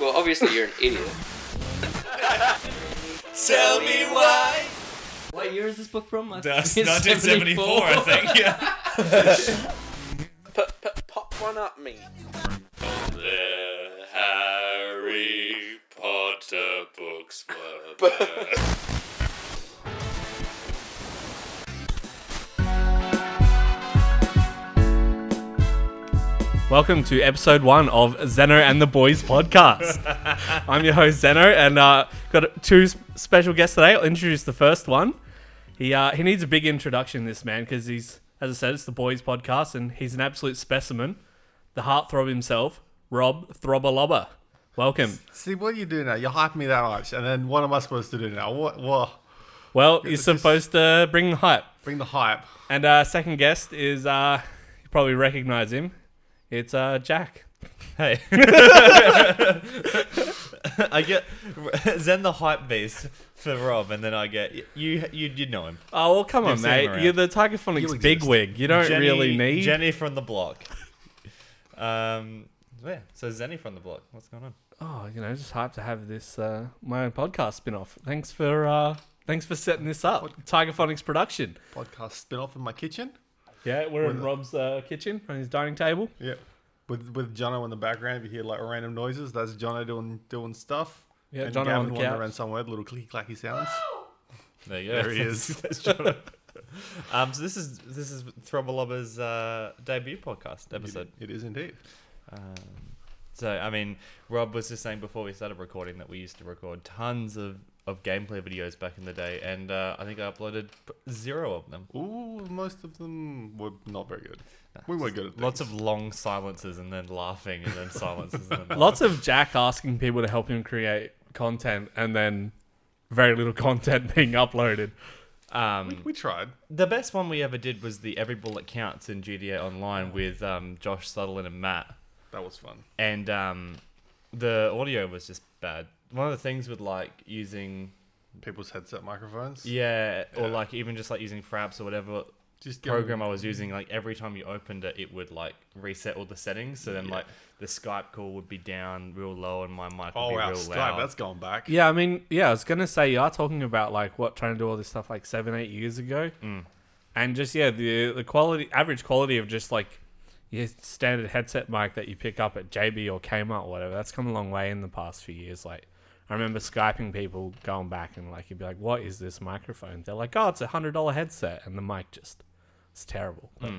Well, obviously you're an idiot. Tell me why. What year is this book from? That's 1974, I think. Yeah. Pop one up me. the Harry Potter books were. Welcome to episode one of Zeno and the Boys podcast. I'm your host Zeno, and uh, got two s- special guests today. I'll introduce the first one. He uh, he needs a big introduction, this man, because he's as I said, it's the Boys podcast, and he's an absolute specimen, the heartthrob himself, Rob Throbbalobber. Welcome. See, what are you doing now? You hype me that much, and then what am I supposed to do now? What? What? Well, you're supposed to bring the hype. Bring the hype. And uh, second guest is uh, you probably recognize him. It's uh, Jack. Hey. I get Zen the hype beast for Rob, and then I get you. You you know him. Oh well, come on, seen him mate. around. You're the You Tigerphonics exist. bigwig. You don't Jenny- really need. Jenny from the block. Um, yeah. So Zenny from the block. What's going on? Oh, you know, just hyped to have this uh, my own podcast spin off. Thanks for uh, thanks for setting this up, Tigerphonics production. Podcast spin off in my kitchen. Yeah, we're in Rob's uh, kitchen on his dining table. Yep. With with Jono in the background, if you hear like random noises, that's Jono doing doing stuff. Yeah, and Jono on Gavin the wandering couch. around somewhere, little clicky clacky sounds. There you There he is. um, so this is this is Throbalobber's uh, debut podcast episode. It is indeed. Um, so I mean, Rob was just saying before we started recording that we used to record tons of, of gameplay videos back in the day, and uh, I think I uploaded p- zero of them. Ooh, most of them were not very good. we were good at Lots things. of long silences and then laughing and then silences and then Lots of Jack asking people to help him create content, and then very little content being uploaded. Um, We tried. the best one we ever did was the Every Bullet Counts in GDA Online with um, Josh Sutherland and Matt. That was fun. and um, the audio was just bad. One of the things with like using People's headset microphones. yeah, or like even just like using Fraps or whatever Just give 'em- program I was using, like every time you opened it, it would like reset all the settings. So then like the Skype call would be down real low, and my mic would Oh be wow, real Skype. loud. That's gone back. Yeah, I mean, yeah, I was gonna say you are talking about like what trying to do all this stuff like seven, eight years ago, and just yeah, the the quality, average quality of just like your standard headset mic that you pick up at JB or Kmart or whatever. That's come a long way in the past few years. Like, I remember skyping people going back and like you'd be like, "What is this microphone?" They're like, "Oh, it's a hundred dollar headset," and the mic just it's terrible. But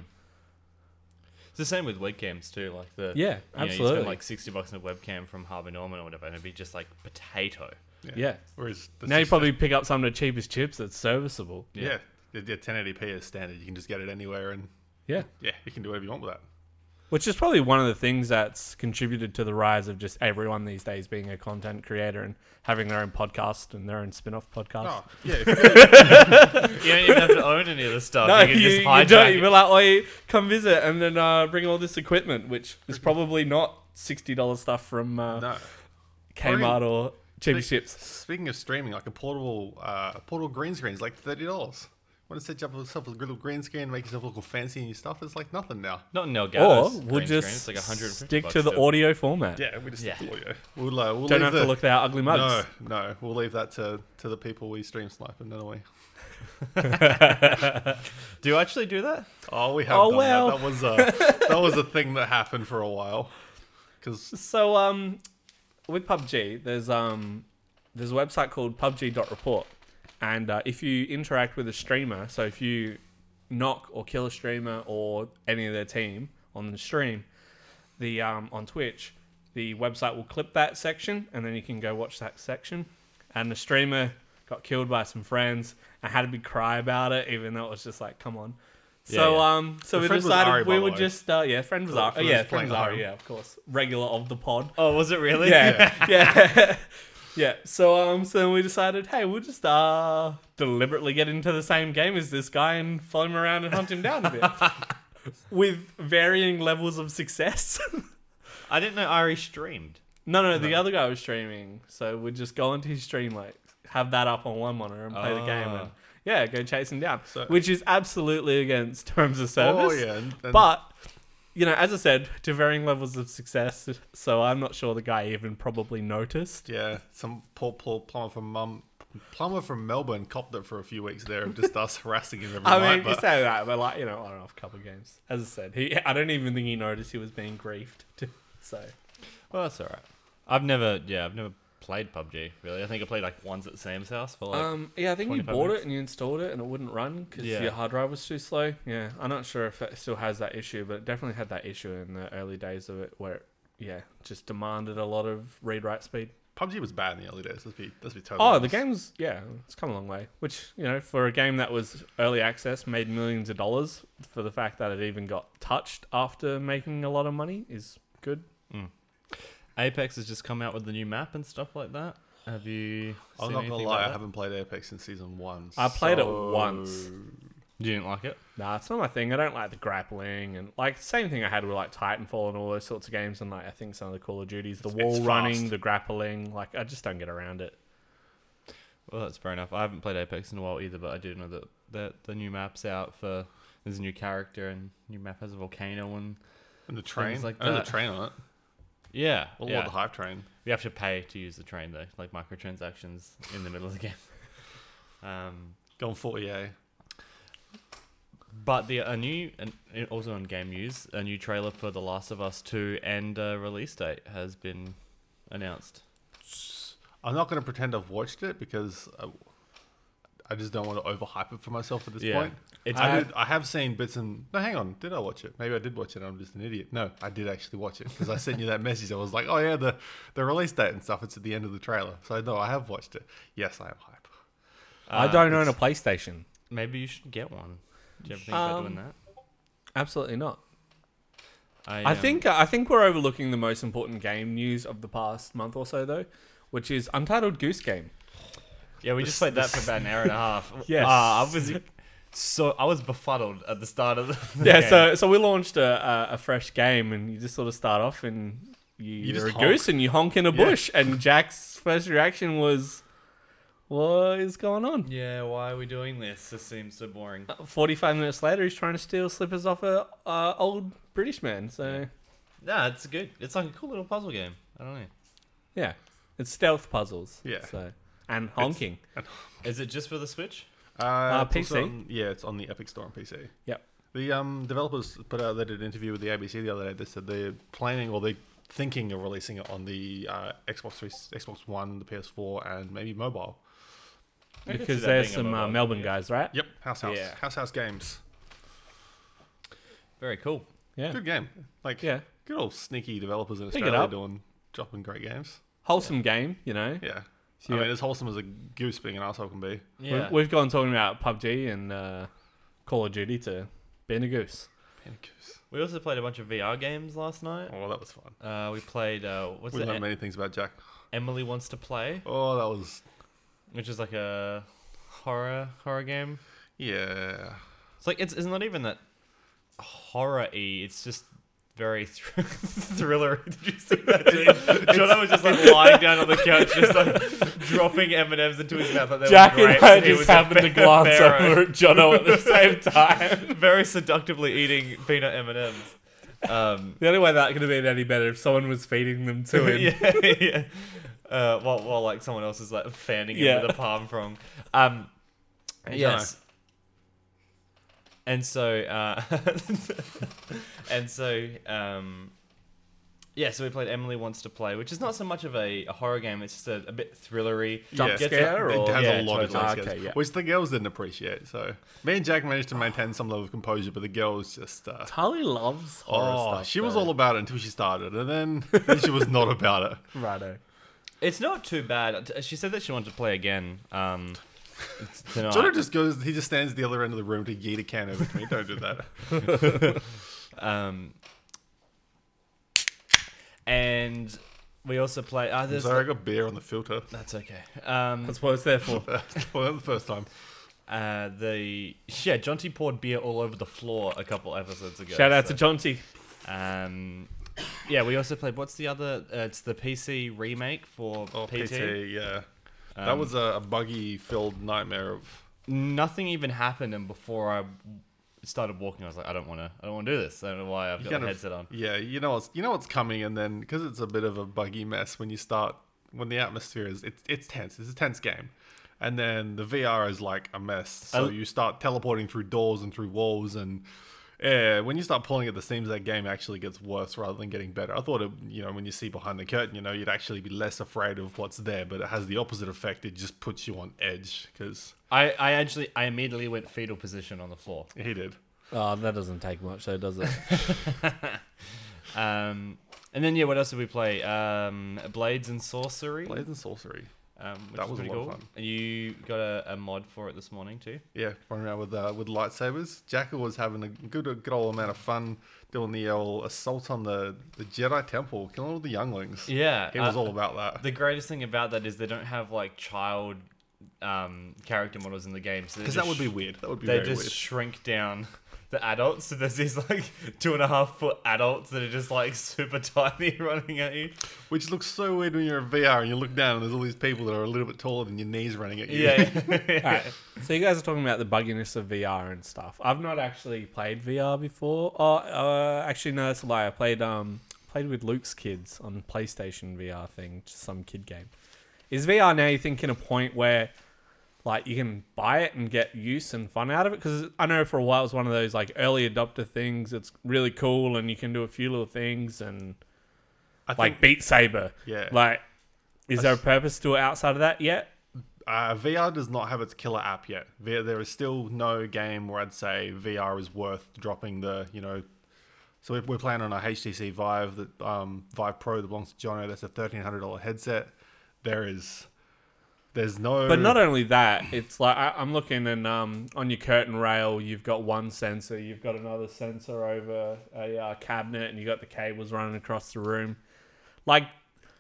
It's the same with webcams too. Like the Yeah, you know, you absolutely. spend like sixty bucks on a webcam from Harvey Norman or whatever, and it'd be just like potato. yeah, Whereas the now you 60 probably pick up some of the cheapest chips that's serviceable. yeah. The, the 1080p is standard. You can just get it anywhere, and Yeah. yeah, you can do whatever you want with that. Which is probably one of the things that's contributed to the rise of just everyone these days being a content creator and having their own podcast and their own spin off podcast. Oh yeah, if you You don't even have to own any of the stuff. No, you can you, just you hijack don't. it. You're like, "Oi, come visit and then uh, bring all this equipment, which is probably not $60 stuff from uh, No. Kmart or cheap Chips. Speaking of streaming, like a portable, uh, a portable green screen is like thirty dollars. Want to set you up yourself a little green screen, make yourself look all fancy and your stuff? It's like nothing now. Not in Or Elgato. we'll just it's like 150 stick bucks to the still. audio format. Yeah, we just Yeah. audio. We'll, uh, we'll Don't leave have the, to look at our ugly No, mugs. no, we'll leave that to, to the people we stream snipe, and don't we? Do you actually do that? Oh, we have. Oh, done well. that. that was a that was a thing that happened for a while. Because So um, with PUBG, there's um, there's a website called PUBG.report, and uh, if you interact with a streamer, so if you knock or kill a streamer or any of their team on the stream, the um, on Twitch, the website will clip that section, and then you can go watch that section. And the streamer got killed by some friends and had a big cry about it, even though it was just like, come on. so yeah. um, so The we friend was decided Ari, by we the would way. just uh, yeah, friend was Ari, for yeah, those friend playing was at Ari, home. yeah, of course, regular of the pod. Oh, was it really? Yeah, yeah, yeah. So um, so we decided, hey, we'll just uh deliberately get into the same game as this guy and follow him around and hunt him down a bit, with varying levels of success. I didn't know Ari streamed. no, no, the other guy was streaming, so we'd just go onto his stream, like have that up on one monitor and play the game, Ah. and yeah, go chase him down, So- which is absolutely against terms of service. oh yeah, and, and But you know, as I said, to varying levels of success. So I'm not sure the guy even probably noticed. Yeah, some poor, poor plumber from mum, plumber from Melbourne copped it for a few weeks there and just us harassing him every I night. mean, you but say that, but like you know, on and off a couple games. As I said, he I don't even think he noticed he was being griefed. so Well, that's all right. I've never, yeah, I've never played PUBG really. I think I played like once at Sam's house for like. um, yeah, I think you 25 bought minutes. it and you installed it and it wouldn't run because Yeah. your hard drive was too slow. Yeah, I'm not sure if it still has that issue, but it definitely had that issue in the early days of it where it, yeah, just demanded a lot of read write speed. PUBG was bad in the early days. Let's be, let's be totally. Oh, the honest. game's yeah, it's come a long way. Which you know, for a game that was early access, made millions of dollars, for the fact that it even got touched after making a lot of money is good. Apex has just come out with the new map and stuff like that. Have you? I'm seen not gonna anything lie, about I that? haven't played Apex since season one. I played so- it once. You didn't like it? Nah, it's not my thing. I don't like the grappling and like same thing I had with like Titanfall and all those sorts of games and like I think some of the Call of Duties, the It's- wall it's running, fast. the grappling. Like I just don't get around it. Well, that's fair enough. I haven't played Apex in a while either, but I do know that, that the new map's out for. There's a new character and new map has a volcano and And the train, like I know that. the train on it. yeah, Well, yeah. the hype train. You have to pay to use the train though, like microtransactions in the middle of the game. Um, Going 40A. but the a new and and also on game news, a new trailer for The Last of Us Two and uh, release date has been announced. I'm not going to pretend I've watched it because I, I just don't want to overhype it for myself at this Yeah. point. It's I, good. did, I have seen bits and no, hang on, did I watch it? Maybe I did watch it. and I'm just an idiot. No, I did actually watch it because I sent you that message. I was like, oh yeah, the the release date and stuff. It's at the end of the trailer. So no, I have watched it. Yes, I am hype. I don't own a PlayStation. Maybe you should get one. Do you ever think about doing that? Absolutely not. I um, think uh, I think we're overlooking the most important game news of the past month or so though, which is Untitled Goose Game. Yeah, we just played that for about an hour and a half. Yes. Ah, I was so I was befuddled at the start of the. the Yeah, game. so so we launched a, a, a fresh game, and you just sort of start off and you, you just are a honk. goose and you honk in a Yeah. bush, and Jack's first reaction was, "What is going on?" Yeah, why are we doing this? This seems so boring. Forty-five minutes later, he's trying to steal slippers off a uh, old British man. So Nah, it's good. It's like a cool little puzzle game. I don't know. yeah, it's stealth puzzles. Yeah. So and honking. Is it just for the Switch? Uh, it's also PC? on- yeah, it's on the Epic Store on PC. Yep. The um, developers put out they did an interview with the ABC the other day. They said they're planning or they're thinking of releasing it on the uh, Xbox 3, Xbox One, the PS4, and maybe mobile. I could Because see that there's some being a uh, mobile Melbourne game. guys, right? Yep, House House, Yeah. House House Games. Very cool. Yeah. Good game. Like Yeah. good old sneaky developers in Pick it Australia up. doing dropping great games. Wholesome game, you know. Yeah. Yeah. I mean, as wholesome as a goose being an asshole can be. We- Yeah. We've gone talking about PUBG and uh, Call of Duty to being a goose. Man, a goose. We also played a bunch of VR games last night. Oh, well, that was fun. Uh, we played uh, what's We it? learned many things about Jack. Emily wants to play, Oh, that was which is like a horror horror game. yeah. It's like it's, it's not even that horror y. It's just very thr- thriller. Did you see that? Dude? Jonah was just like lying down on the couch, just like dropping M and M's into his mouth. Like they Jack were and grapes. I He just was a happened to fair- glance pharaoh. over at Jono at the same time. very seductively eating peanut M and M's. Um, The only way that could have been any better if someone was feeding them to him. yeah, yeah. Uh, while, while like someone else is like fanning him Yeah. with a palm from. Um, yes. And so, uh, and so, um, yeah. So we played Emily Wants to Play, which is not so much of a, a horror game. It's just a, a bit thrillery. Jump Yeah. scare It or has Yeah, a lot totally. of jump Okay, scares, yeah. which the girls didn't appreciate. So me and Jack managed to maintain some level of composure, but the girls just uh, Tully loves horror oh, stuff. she was though. all about it until she started, and then, then she was not about it. righto. It's not too bad. Uh, T- She said that she wanted to play again. Um, tonight. Jonah just goes. He just stands at the other end of the room to yeet a can over to me. Don't do that. Um, and we also play. Ah, I'm there's sorry, I got beer on the filter. that's okay. Um, That's what it's there for. well, that was the first time. uh, the yeah, Jonty poured beer all over the floor a couple episodes ago. Shout out so- to Jonty. Um, yeah, we also played. What's the other? Uh, it's the PC remake for Oh, PT. PT, yeah. that was a, a buggy filled nightmare of. Nothing even happened, and before I started walking. I was like, I don't want to. I don't want to do this. I don't know why I've got kind a of- headset on. Yeah, you know what's you know what's coming, and then because it's a bit of a buggy mess when you start when the atmosphere is it's it's tense. It's a tense game, and then the VR is like a mess. So I- you start teleporting through doors and through walls, and yeah, when you start pulling at the seams, that game actually gets worse rather than getting better. I thought it, you know when you see behind the curtain, you know you'd actually be less afraid of what's there, but it has the opposite effect. It just puts you on edge because I, I actually I immediately went fetal position on the floor. he did. Oh, that doesn't take much, though, does it? Um, and then yeah, what else did we play? Um, Blades and Sorcery. Blades and sorcery. um, which That is was a pretty lot of cool. fun. And you got a, a mod for it this morning too. Yeah, running around with uh, with lightsabers. Jackal was having a good a good old amount of fun doing the old assault on the, the Jedi Temple, killing all the younglings. Yeah, he was uh, all about that. The greatest thing about that is they don't have like child um, character models in the game, so they Because that just would be sh- weird. That would be they very just weird. shrink down the adults. So there's these like two and a half foot adults that are just like super tiny running at you. Which looks so weird when you're in VR and you look down and there's all these people that are a little bit taller than your knees running at you. Yeah, All right. So you guys are talking about the bugginess of VR and stuff. I've not actually played VR before. Oh, uh, actually, no, that's a lie. I played um played with Luke's kids on PlayStation VR thing, just some kid game. Is VR now? You thinking a point where like you can buy it and get use and fun out of it? Because I know for a while it was one of those like early adopter things. It's really cool and you can do a few little things and I like think Beat Saber. Yeah. Like, is there a purpose to it outside of that yet? uh, VR does not have its killer app yet. There, there is still no game where I'd say VR is worth dropping the, you know. So we're, we're playing on a HTC Vive, that um, Vive Pro that belongs to Jono. That's a thirteen hundred dollar headset. There is, there's no. But not only that, it's like I, I'm looking and um, on your curtain rail, you've got one sensor, you've got another sensor over a uh, cabinet, and you got the cables running across the room. Like,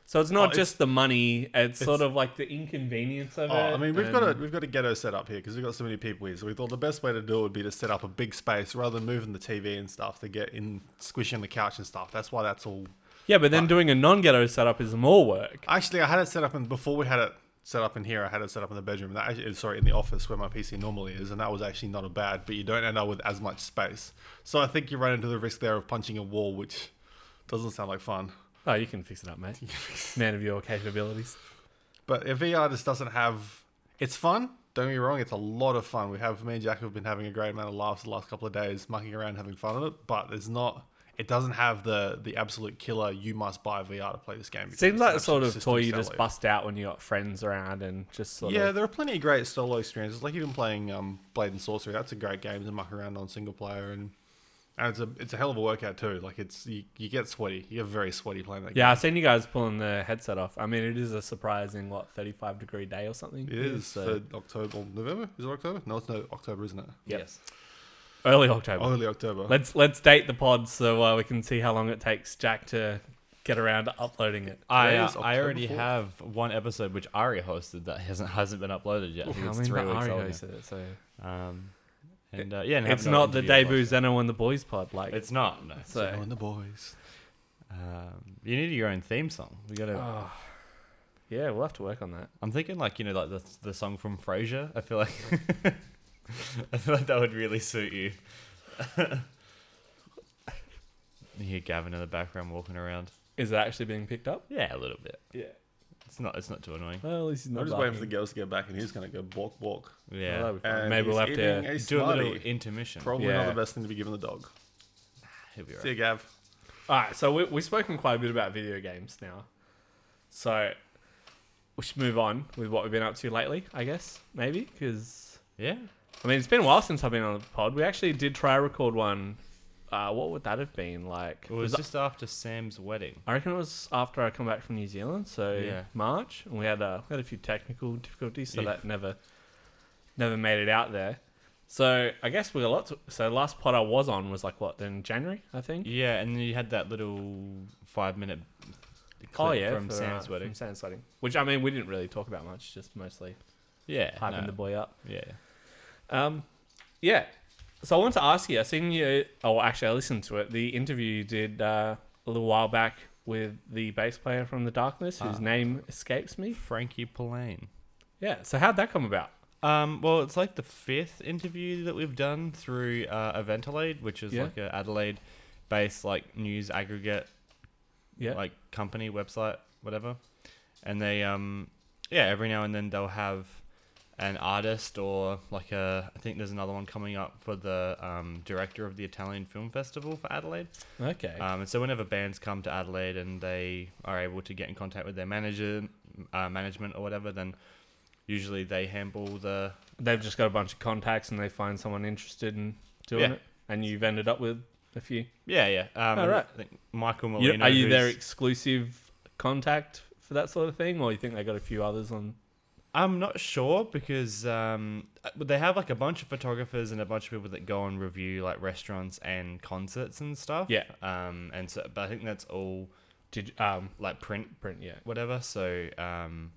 so it's Oh, not it's- just the money; it's, sort of like the inconvenience of Oh, it. I mean, we've got a and- we've got a ghetto set up here because we've got so many people here. So we thought the best way to do it would be to set up a big space rather than moving the TV and stuff to get in squishing the couch and stuff. That's why that's all yeah, but then doing a non-ghetto setup is more work. Actually, I had it set up, and before we had it set up in here, I had it set up in the bedroom. That actually, sorry, in the office where my PC normally is, and that was actually not a bad. But you don't end up with as much space, so I think you run into the risk there of punching a wall, which doesn't sound like fun. Oh, you can fix it up, mate. Man of your capabilities. But if VR just doesn't have, it's fun. Don't get me wrong, it's a lot of fun. We have me and Jack have been having a great amount of laughs the last couple of days, mucking around, having fun with it. But there's not. It doesn't have the the absolute killer. You must buy VR to play this game. because Seems it's like an the sort absolute of toy system you just seller. bust out when you got friends around and just sort Yeah, of. there are plenty of great solo experiences. Like even playing um, Blade and Sorcery, that's a great game to muck around on single player, and and it's a it's a hell of a workout too. Like it's you, you get sweaty, you get very sweaty playing that Yeah, I've seen you guys pulling the headset off. I mean, it is a surprising what 35 degree day or something. game. It is So- for October, or November. Is it October? No, it's no October, isn't it? Oh, yes. Early October. Early October. Let's let's date the pod so uh, we can see how long it takes Jack to get around to uploading it. I, Today uh, is I October already 4th. have one episode which Ari hosted that hasn't hasn't been uploaded yet. I think I it's mean, three but weeks Ari old. hosted it, so now. Um, and uh, yeah, and it's have no not the interview as well. debut Zeno and the Boys pod. Like It's not. No. So, so. and the boys. Um, you need your own theme song. We gotta. Oh, yeah, we'll have to work on that. I'm thinking like you know like the the song from Frasier. I feel like I feel like that would really suit you. you hear Gavin in the background walking around. Is it actually being picked up? Yeah, a little bit. Yeah. It's not. It's not too annoying. Well, at least he's not. I'm just waiting for the barking. girls to get back, and he's gonna go walk, walk. Oh, Yeah. that'd be fun. And Maybe he's we'll have eating to. a Do a little Smartie. intermission. Probably Yeah. not the best thing to be given the dog. He'll be See right. you, Gav. All right, so we, we've spoken quite a bit about video games now, so we should move on with what we've been up to lately. I guess maybe because Yeah. I mean, it's been a while since I've been on the pod. We actually did try record one. Uh, what would that have been like? It was just after Sam's wedding. I reckon it was after I come back from New Zealand, so Yeah. March, and we had a we had a few technical difficulties, so Yeah. that never never made it out there. So I guess we got a lot. To, so the last pod I was on was like what in January, I think. Yeah, and then you had that little five minute clip Oh yeah, from for, uh, Sam's wedding. From Sam's wedding, which I mean we didn't really talk about much, just mostly Yeah. hyping no, the boy up. yeah. Um, yeah. So I want to ask you. I seen you. Oh, actually, I listened to it. The interview you did uh, a little while back with the bass player from the Darkness, whose Ah. name escapes me. Frankie Pullane. Yeah. So how'd that come about? Um, well, it's like the fifth interview that we've done through uh, Eventolade, which is Yeah. like a Adelaide-based like news aggregate Yeah. like company website, whatever. And they um yeah, every now and then they'll have an artist or like a I think there's another one coming up for the um, director of the Italian Film Festival for Adelaide. okay. Um, and so whenever bands come to Adelaide and they are able to get in contact with their manager, uh, management or whatever, then usually they handle the They've just got a bunch of contacts and they find someone interested in doing Yeah. it, and you've ended up with a few. yeah yeah. Um, All and Oh, right. I think Michael You- Molina. are you who's- their exclusive contact for that sort of thing, or you think they got a few others on? I'm not sure because um, uh, but they have like a bunch of photographers and a bunch of people that go and review like restaurants and concerts and stuff. Yeah. Um, and so, but I think that's all Did um like print, print? Yeah. whatever. So, um,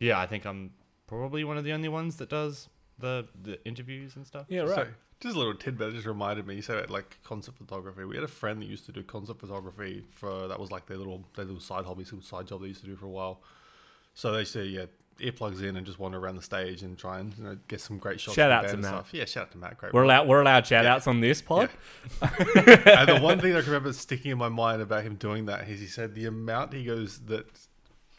yeah, I think I'm probably one of the only ones that does the the interviews and stuff. Yeah. So, Right. just a little tidbit. It just reminded me. You said about like concert photography. We had a friend that used to do concert photography for that was like their little their little side hobby, little side job they used to do for a while. So they say yeah, earplugs in and just wander around the stage and try and you know, get some great shots. Shout of the out band to and Matt. Stuff. Yeah, shout out to Matt. Great. We're allowed. We're allowed shout outs on this pod. and the one thing that I can remember sticking in my mind about him doing that is he said the amount he goes that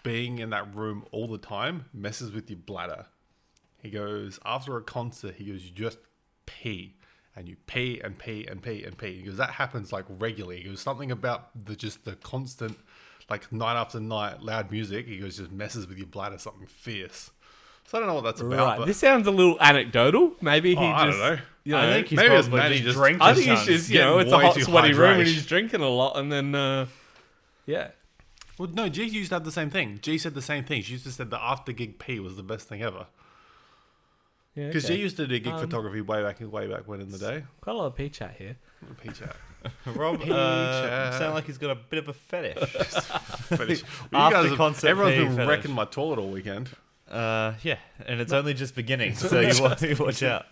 being in that room all the time messes with your bladder. He goes after a concert, he goes you just pee and you pee and pee and pee and pee. He goes that happens like regularly. He goes something about the just the constant like night after night loud music. He goes just messes with your bladder something fierce. So I don't know what that's about. Right. But This sounds a little anecdotal. Maybe he Oh, I just. don't know. you know, I think he's Maybe it's probably Maddie just, just- drinking. I think he's son. just you know getting it's a way hot too sweaty room and hydration. he's drinking a lot and then uh, yeah Well, no, G used to have the same thing. G said the same thing. She used to said the after gig pee was the best thing ever. yeah Because okay. you used to do gig Um, photography way back way back when in the day. quite a lot of pee chat here. Pee chat. Rob uh, Peter. sound like he's got a bit of a fetish. Fetish. Well, you After guys have, concert everyone's pee been fetish. wrecking my toilet all weekend. uh, yeah, and it's only just beginning, so you watch, you watch out.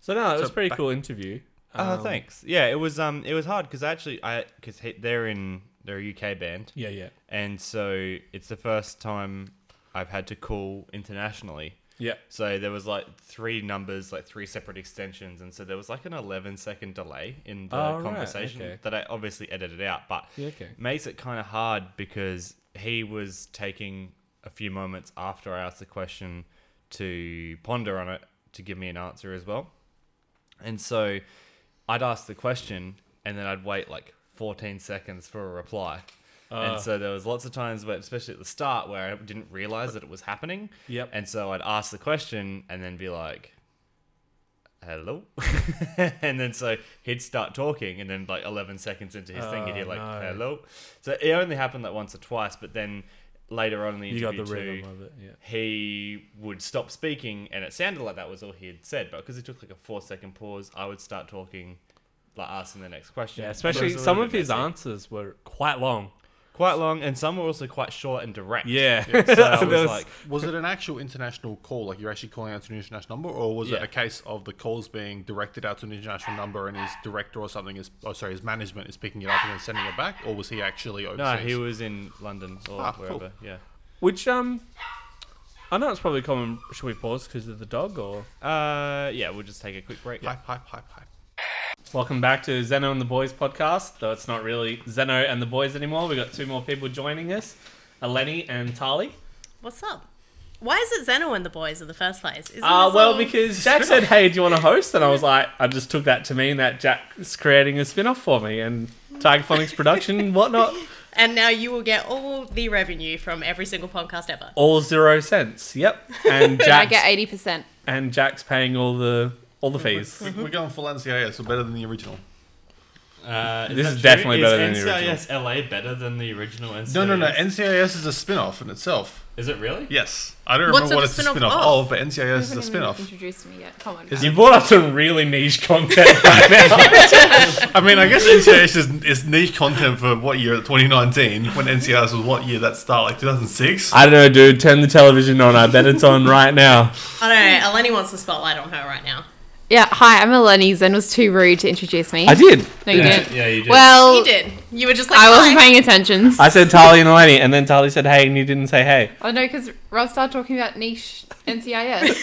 So no, it was So a pretty back- cool interview. Oh, Um, thanks. Yeah, it was um, it was hard because actually I because they're in they're a UK band, Yeah, yeah, and so it's the first time I've had to call internationally. yeah. So there was like three numbers, like three separate extensions, and so there was like an eleven second delay in the Oh, right, conversation okay. that I obviously edited out, but Yeah, okay. makes it kind of hard because he was taking a few moments after I asked the question to ponder on it to give me an answer as well. And so I'd ask the question and then I'd wait like 14 seconds for a reply. Uh. and so there was lots of times where especially at the start where I didn't realize that it was happening. Yep. And so I'd ask the question and then be like hello and then so he'd start talking and then like 11 seconds into his thing he'd hear Oh, like no. hello so it only happened like once or twice but then later on in the You interview got the too, rhythm of it. Yeah. he would stop speaking and it sounded like that was all he had said but because he took like a four second pause i would start talking like asking the next question Yeah, So it was a especially little some bit of his messy. answers were quite long. quite long and some were also quite short and direct Yeah. so I There was was- like Was it an actual international call, like you're actually calling out to an international number, or was it Yeah. a case of the calls being directed out to an international number and his director or something is, oh sorry, his management is picking it up and then sending it back, or was he actually overseas? no he was in london or Ah, cool. wherever yeah Which um, I know it's probably common. Should we pause because of the dog? Or uh yeah we'll just take a quick break Hype, hype, hype, hype. welcome back to Zeno and the Boys podcast. Though it's not really Zeno and the Boys anymore. We got two more people joining us, Eleni and Tali. What's up? Why is it Zeno and the boys in the first place? Isn't Uh, this well, all- because Jack said, "Hey, do you want to host?" And I was like, "I just took that to mean that Jack's creating a spin-off for me and Tiger Phonics production and whatnot." and now you will get all the revenue from every single podcast ever. All zero cents. Yep. And I Jack's, get eighty percent. and Jack's paying all the all the fees. We're going full NCIS, so better than the original. Uh, This that is definitely better than the NCIS LA better than the original NCIS? No, no, no. NCIS is a spin-off in itself. Is it really? Yes, I don't What's remember it what a it's a spin-off spin-off of? of, but NCIS is a spin-off. Introduced me yet? Come on. Is guys. You brought up some really niche content right now. I mean, I guess NCIS is, is niche content for what year? 2019, when NCIS was what year? That start like 2006. I don't know, dude. Turn the television on. I bet it's on right now. I don't know. Eleni wants the spotlight on her right now. yeah. Hi, I'm Eleni. Zen was too rude to introduce me. I did. No, you Yeah, didn't. yeah, you did. Well, He did. You were just like, I wasn't "Hi." paying attention. I said Tali and Lenny, and then Tali said hey, and you didn't say hey. Oh no, because Rob started talking about niche NCIS.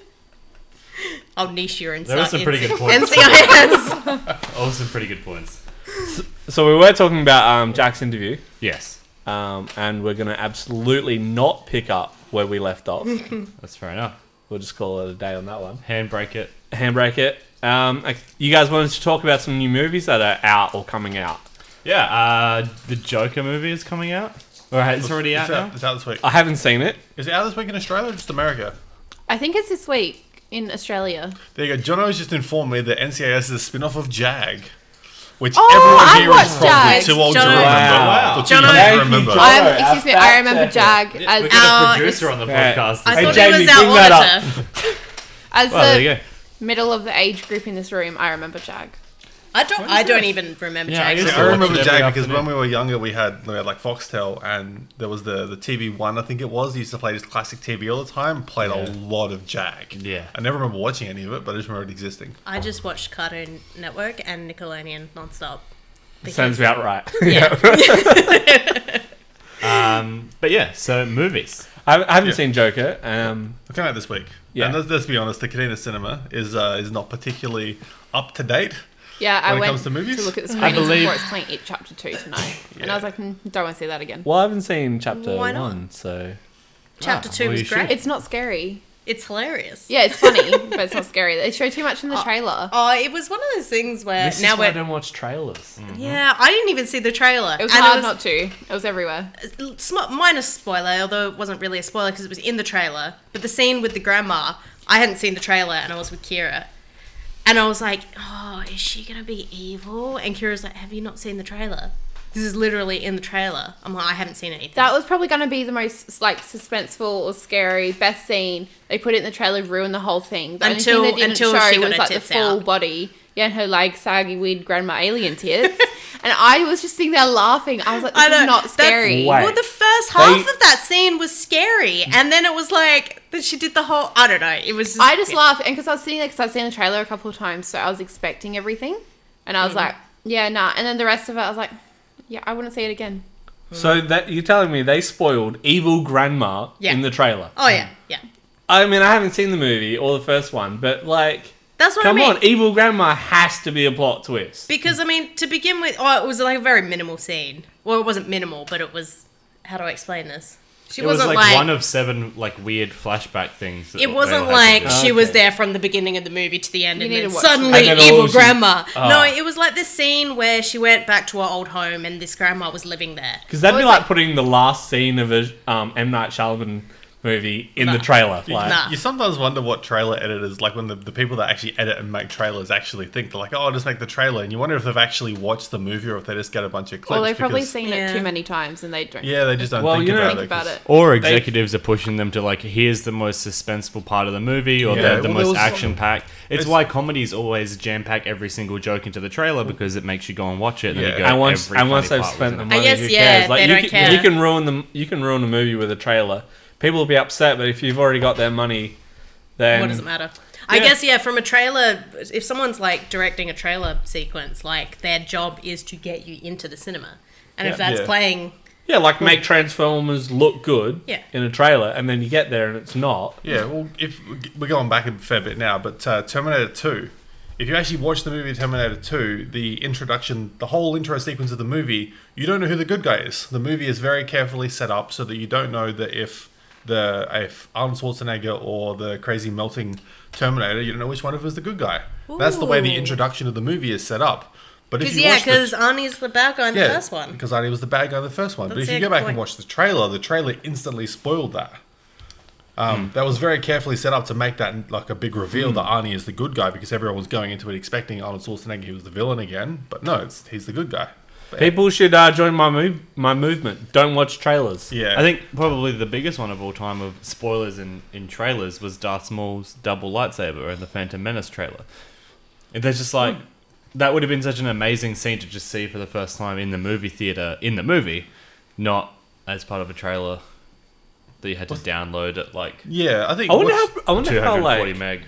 I'll niche your insight. There were some pretty good points. NCIS. Oh, some pretty good points. So we were talking about um, Jack's interview, Yes, um, and we're gonna absolutely not pick up where we left off. that's fair enough. we'll just call it a day on that one. Handbrake it. Handbrake it. Um, I- you guys wanted to talk about some new movies that are out or coming out. Yeah, uh, the Joker movie is coming out. All right, it's already out It's now. out, it's out this week. I haven't seen it. Is it out this week in Australia or just America? I think it's this week in Australia. There you go. Jono's just informed me that NCIS is a spin off of JAG, which Oh, I everyone here watched is probably JAG. too old to Jono- remember. Wow. Or too Jono- young Thank to you, remember. Jono. I'm, Alright, excuse me, that's I remember it. JAG Yeah, as, we got uh, a producer on the Yeah. podcast. I Hey, thought Jamie, he was our bring that up. auditor. as well, there the you go. middle of the age group in this room. I remember JAG. I don't. I don't even remember. Yeah, I Jack. used Yeah, to I watch remember it every Jag because afternoon. when we were younger, we had we had like Foxtel, and there was the the TV one, I think it was. They used to play this classic TV all the time. Played a lot of Jag. Yeah. I never remember watching any of it, but I just remember it existing. I just watched Cartoon Network and Nickelodeon nonstop. Sounds about right. Um, but yeah, so movies. I I haven't Yeah. seen Joker. Um, It came out this week. Yeah. And let's, let's be honest, the Kadena Cinema is uh, is not particularly up to date. Yeah, I When it went comes to movies? look at the I screenings believe- before it's playing It Chapter Two tonight, and I was like, mm, don't want to see that again. well, I haven't seen Chapter Why not? One, so Chapter two well, was you should. great. It's, It's not scary. it's hilarious. Yeah, it's funny, but it's not scary. They show too much in the trailer. Oh, it was one of those things where this Uh, now is why I we're. don't watch trailers. Yeah, I didn't even see the trailer. It was and hard it was not to. It was everywhere. sm- minor spoiler, although it wasn't really a spoiler because it was in the trailer. But the scene with the grandma, I hadn't seen the trailer, and I was with Kira, and I was like, "Oh, is she gonna be evil?" And Kira's like, "Have you not seen the trailer? This is literally in the trailer." I'm like, "I haven't seen anything." That was probably going to be the most like suspenseful or scary best scene. They put it in the trailer, ruined the whole thing. The Until- only thing they didn't until show she got was her like the tits full out. body, yeah, and her like saggy, weird grandma alien tits. and I was just sitting there laughing. I was like, this I is know, not that's- scary. Wait. Well, the first half They- of that scene was scary, and then it was like that she did the whole. I don't know. It was. Just, I just laughed, and because I was sitting there, because I've seen the trailer a couple of times, so I was expecting everything, and I was like, yeah, nah. And then the rest of it, I was like, yeah, I wouldn't see it again. So that you're telling me they spoiled Evil Grandma Yeah. in the trailer? Oh yeah, yeah. I mean, I haven't seen the movie or the first one, but like, That's what come I mean. on, Evil Grandma has to be a plot twist. Because I mean, to begin with, oh, it was like a very minimal scene. Well, it wasn't minimal, but it was. How do I explain this? She It was wasn't like, like. one of seven like weird flashback things. that it they wasn't all had like to do. she was there from the beginning of the movie to the end, You and need then to watch suddenly it. I never evil watched it. grandma. No, Oh. it was like this scene where she went back to her old home, and this grandma was living there. Because that'd Well, be it's like, like- putting the last scene of a um, M Night Shyamalan movie in the Nah. trailer. Like, Nah. You sometimes wonder what trailer editors, like when the, the people that actually edit and make trailers actually think. They're like, oh, I'll just make the trailer. And you wonder if they've actually watched the movie or if they just get a bunch of clips. Well, they've probably because- seen Yeah. it too many times, and they don't Yeah, they just don't Well, think, you know- about, think it about 'cause- it. Or executives are pushing them to like, here's the most suspenseful part of the movie, or Yeah, the, the well, there most was- action packed. It's, it's- why comedies always jam pack every single joke into the trailer because it makes you go and watch it. And Yeah. then you go, and once every and once funny they've part was spent in the it." money, guess, who yeah, cares? Like, they you don't can, care. You can ruin the you can ruin a movie with a trailer. People will be upset, but if you've already got their money, then What does it matter? I Yeah. guess yeah. From a trailer, if someone's like directing a trailer sequence, like their job is to get you into the cinema, and if Yeah. that's Yeah. playing, yeah, like make Transformers look good Yeah. in a trailer, and then you get there and it's not. Yeah, well, if we're going back a fair bit now, but uh, Terminator Two. If you actually watch the movie Terminator Two, the introduction, the whole intro sequence of the movie, you don't know who the good guy is. The movie is very carefully set up so that you don't know that if the if Arnold Schwarzenegger or the crazy melting Terminator, you don't know which one of us is the good guy. That's the way the Ooh. introduction of the movie is set up. But if because you yeah, watch the- because Arnie's the bad guy in the yeah, first one. because Arnie was the bad guy in the first one. but That's if you a go good back point. and watch the trailer, the trailer instantly spoiled that. Um, That was very carefully set up to make that like a big reveal that Arnie is the good guy because everyone was going into it expecting Arnold Schwarzenegger he was the villain again, but no, it's he's the good guy. But- People should uh, join my move my movement. Don't watch trailers. yeah, I think probably the biggest one of all time of spoilers in, in trailers was Darth Maul's double lightsaber in the Phantom Menace trailer. And they're just like, that would have been such an amazing scene to just see for the first time in the movie theater, in the movie, not as part of a trailer that you had to download at like yeah, I think I wonder what's- how I wonder how 240 like meg.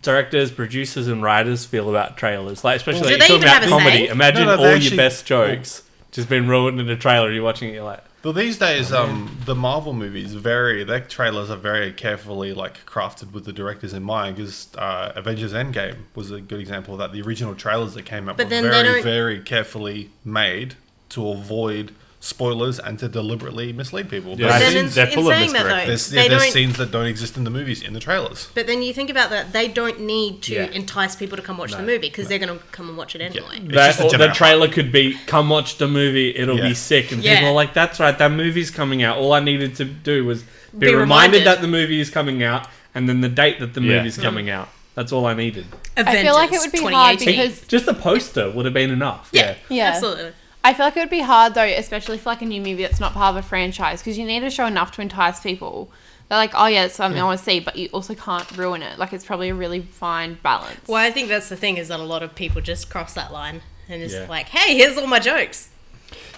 directors, producers, and writers feel about trailers. Like, especially Do like, they you're talking even about have a comedy. say? Imagine No, no, they all actually- your best jokes just being ruined in a trailer. You're watching it, you're like, Well, these days, Oh, um, the Marvel movies very their trailers are very carefully like crafted with the directors in mind. Because uh, Avengers Endgame was a good example of that. The original trailers that came out But were then they very, don't- very carefully made to avoid spoilers and to deliberately mislead people. But There's, then scenes, in, in saying that though, there's, yeah, they there's don't. scenes that don't exist in the movies in the trailers. But then you think about that, they don't need to Yeah. entice people to come watch the movie because they're going to come and watch it anyway. It's that, just a or the general- trailer could be, come watch the movie, it'll Yeah. be sick. And Yeah. people are like, that's right, that movie's coming out. All I needed to do was be, Be reminded, reminded. that the movie is coming out and then the date that the Yeah. movie's coming out. That's all I needed. I feel like it would be hard because Just the poster would have been enough. Yeah. yeah, absolutely. I feel like it would be hard though, especially for like a new movie that's not part of a franchise, because you need to show enough to entice people. They're like, oh yeah, it's something I want to see, but you also can't ruin it. Like it's probably a really fine balance. Well, I think that's the thing is that a lot of people just cross that line and it's Yeah. like, hey, here's all my jokes.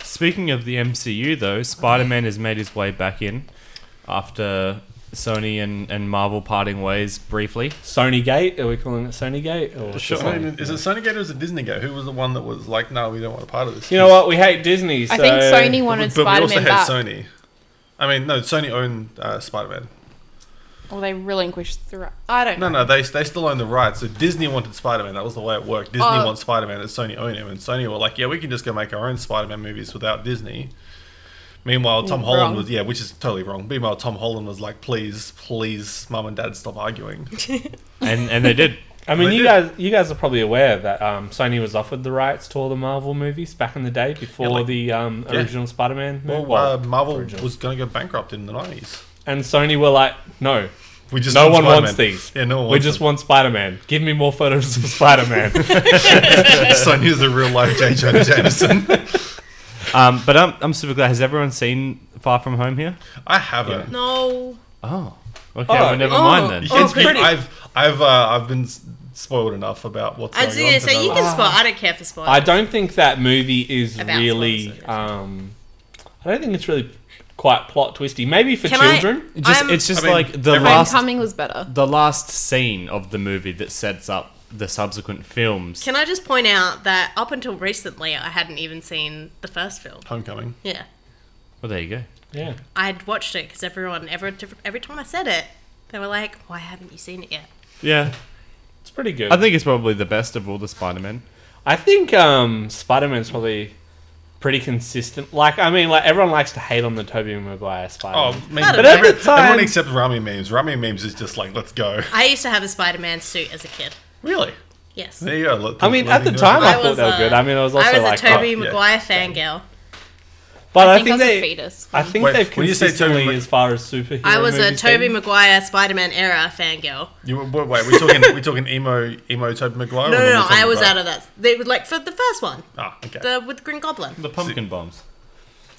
Speaking of the MCU, though, Spider Man has made his way back in after Sony and, and Marvel parting ways briefly. Sony Gate? Are we calling it Sony Gate? Or what's Sure. it Is called? it- Is it Sony Gate or is it Disney Gate? Who was the one that was like, no, we don't want a part of this? You know what? We hate Disney. So I think Sony wanted But, but we Spider also Man had back. Sony. I mean, no, Sony owned uh, Spider Man. Or they relinquished the. ri- I don't know. No, no, they, they still own the rights. So Disney wanted Spider Man. That was the way it worked. Disney Oh. wants Spider Man, and Sony own him. And Sony were like, yeah, we can just go make our own Spider Man movies without Disney. Meanwhile, Tom Holland Wrong. was yeah, which is totally wrong. Meanwhile, Tom Holland was like, please, please, mum and dad, stop arguing. And, and they did. I mean, They you did. guys, you guys are probably aware that um, Sony was offered the rights to all the Marvel movies back in the day before like- the um, Yeah. original Spider-Man. movie. Well, uh, Marvel original. was going to go bankrupt in the nineties. and Sony were like, "No, We just no want one Spider-Man. wants these. Yeah, no one. we Wants just them. want Spider-Man. Give me more photos of Spider-Man." Sony is the real life J. Jonah Jameson. Um, but I'm, I'm super glad. Has everyone seen Far From Home here? I haven't. No. Oh. Okay, Oh, well, never oh. mind then. Oh, It's been- pretty. I've I've uh, I've been s- spoiled enough about what's I going was on. going to to say, know you that. can spoil. Ah. I don't care for spoilers. I don't think that movie is About really. sponsors. Um, I don't think it's really quite plot twisty. Maybe for Can I- um, children. It just, I'm- it's just I mean, like the everyone- last Homecoming was better. the last scene of the movie that sets up the subsequent films. Can I just point out that up until recently, I hadn't even seen the first film. Homecoming. Yeah. well, there you go. Yeah. I'd watched it because everyone, every, every time I said it, they were like, why haven't you seen it yet? Yeah, It's pretty good. I think it's probably the best of all the Spider-Man. I think um, Spider Man's probably pretty consistent. Like, I mean, like everyone likes to hate on the Tobey Maguire Oh, Spider. Man. man. But but at the Everyone time, except Rami memes. Rami memes is just like, let's go. I used to have a Spider Man suit as a kid. Really? Yes. There you go. Look, I mean, at the learning time, I I thought was, they were uh, good. I mean, I was also I was like, a Toby oh, yeah. Maguire fangirl. but I think, I was a they, fetus. I think Wait, they've when you say Tobey consistently, Mag- as far as superhero, I was a movies Toby been- Maguire Spider Man era fangirl. You, wait, wait, we're talking, we're talking emo, emo Tobey Maguire. No, no, no. I was out of that. They were like for the first one, Ah, okay. the with Green Goblin. The pumpkin bombs.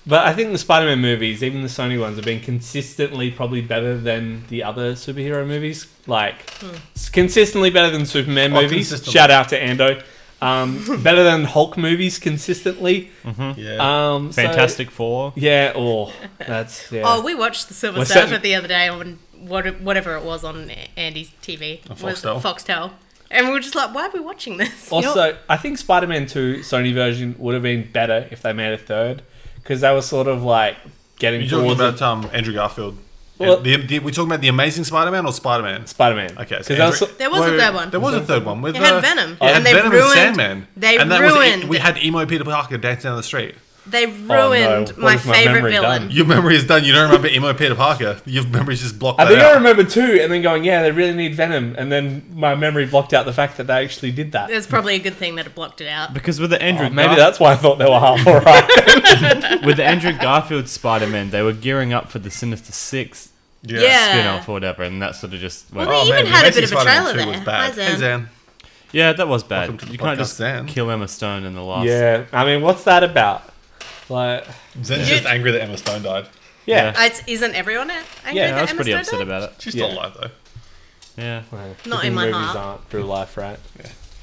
But I think the Spider-Man movies, even the Sony ones, have been consistently probably better than the other superhero movies. Like, Hmm. s- consistently better than Superman Oh, movies. consistently. Shout out to Ando. Um, better than Hulk movies consistently. yeah. Um, so- Fantastic Four. yeah. Oh, that's yeah. Oh, we watched the Silver Was Surfer that- the other day on what, whatever it was on Andy's TV. It was Foxtel. Foxtel. And we were just like, why are we watching this? Also, I think Spider-Man 2 Sony version would have been better if they made a third because they were sort of like getting You're talking towards about um, Andrew Garfield. Well- the, the, we're talking about the Amazing Spider-Man or Spider-Man? Spider-Man. Okay, so because that was Andrew- There was a Wait, third one. There was a third one with It had uh, Venom. it had And they Venom ruined- Sandman. they and that Was it. ruined- We had emo Peter Parker dancing down the street. they ruined oh, What my has my favorite memory villain. done? Your memory is done. You don't remember emo Peter Parker. Your memory's just blocked. I that think I out. remember two, and then going, "Yeah, they really need Venom," and then my memory blocked out the fact that they actually did that. It's probably a good thing that it blocked it out. Because with the Andrew Oh, maybe Gar- that's why I thought they were half alright. with the Andrew Garfield Spider-Man, they were gearing up for the Sinister Six Yeah. Yeah. spin-off or whatever, and that sort of just went. Well, Oh, They man, even had a Amazing bit of a Spider-Man trailer 2 was there. bad. Hi, Zan. Hey, Zan. yeah, that was bad. Welcome to the You can't podcast, just Zan. kill Emma Stone in the last. yeah, I mean, what's that about? Like, Zen's just angry that Emma Stone died. yeah, Uh, It's, isn't everyone angry Yeah, that I was Emma pretty Stone upset died? about it. She's still Yeah. alive though. Yeah. Well, Not good in my movies heart. aren't true life, right?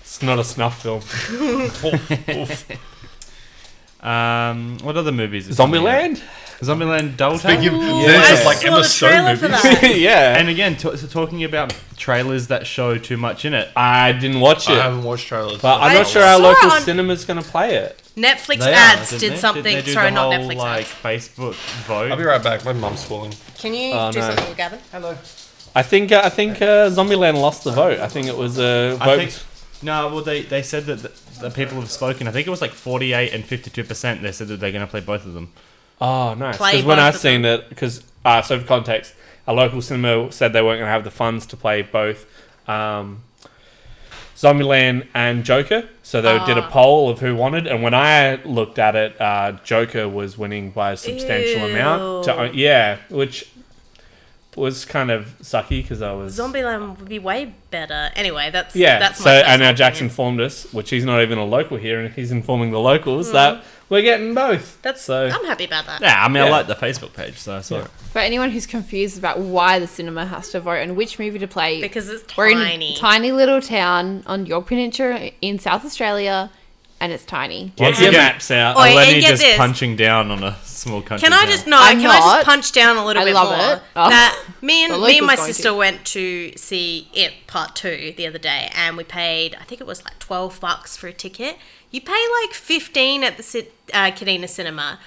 It's not a snuff film. Oof, oof. Um, what other movies? are coming out? Zombieland. Zombieland Double Tap. Think of- Ooh, they're I just like saw Emma the Stone trailer for movies. that. yeah. And again, t- so talking about trailers that show too much in it. I didn't watch I it. haven't watched trailers. but I'm I not sure our saw it local on- cinema's going to play it. Netflix They are, ads didn't did they? something. Didn't they do sorry, the not whole, Netflix like ads. Facebook I'll be vote. right back. My mum's calling. Can you Oh, do no. something, Gavin? Hello. I think uh, I think uh, Zombieland lost the vote. I think it was a I vote. think. No, well, they, they said that the, the people have spoken. I think it was like 48 and 52%. They said that they're going to play both of them. Oh, nice. Play Because when both I of seen it, because uh, so for context, a local cinema said they weren't going to have the funds to play both um, Zombieland and Joker. So they did a Ah. poll of who wanted, and when I looked at it, uh, Joker was winning by a substantial amount. To, Ew. yeah, which was kind of sucky because I was Zombieland would be way better. Anyway, that's Yeah. That's so my personal and now opinion. Jackson informed us, which he's not even a local here, and he's informing the locals that we're getting both. Mm-hmm. That's so. I'm happy about that. Yeah, I mean, I Yeah. like the Facebook page, so I saw it. For anyone who's confused about why the cinema has to vote and which movie to play, Because it's we're in tiny. a tiny little town on York Peninsula in South Australia, and it's tiny. Once Yeah. the maps out, Oi, and Eleni get just this. punching down on a small country. Can I town. just no? I'm can I just not. punch down a little I bit love more? it. Oh. That me and Well, me and my Luca's going sister to. went to see it part two the other day, and we paid I think it was like twelve bucks for a ticket. You pay like fifteen at the Cit- uh, Cadena Cinema,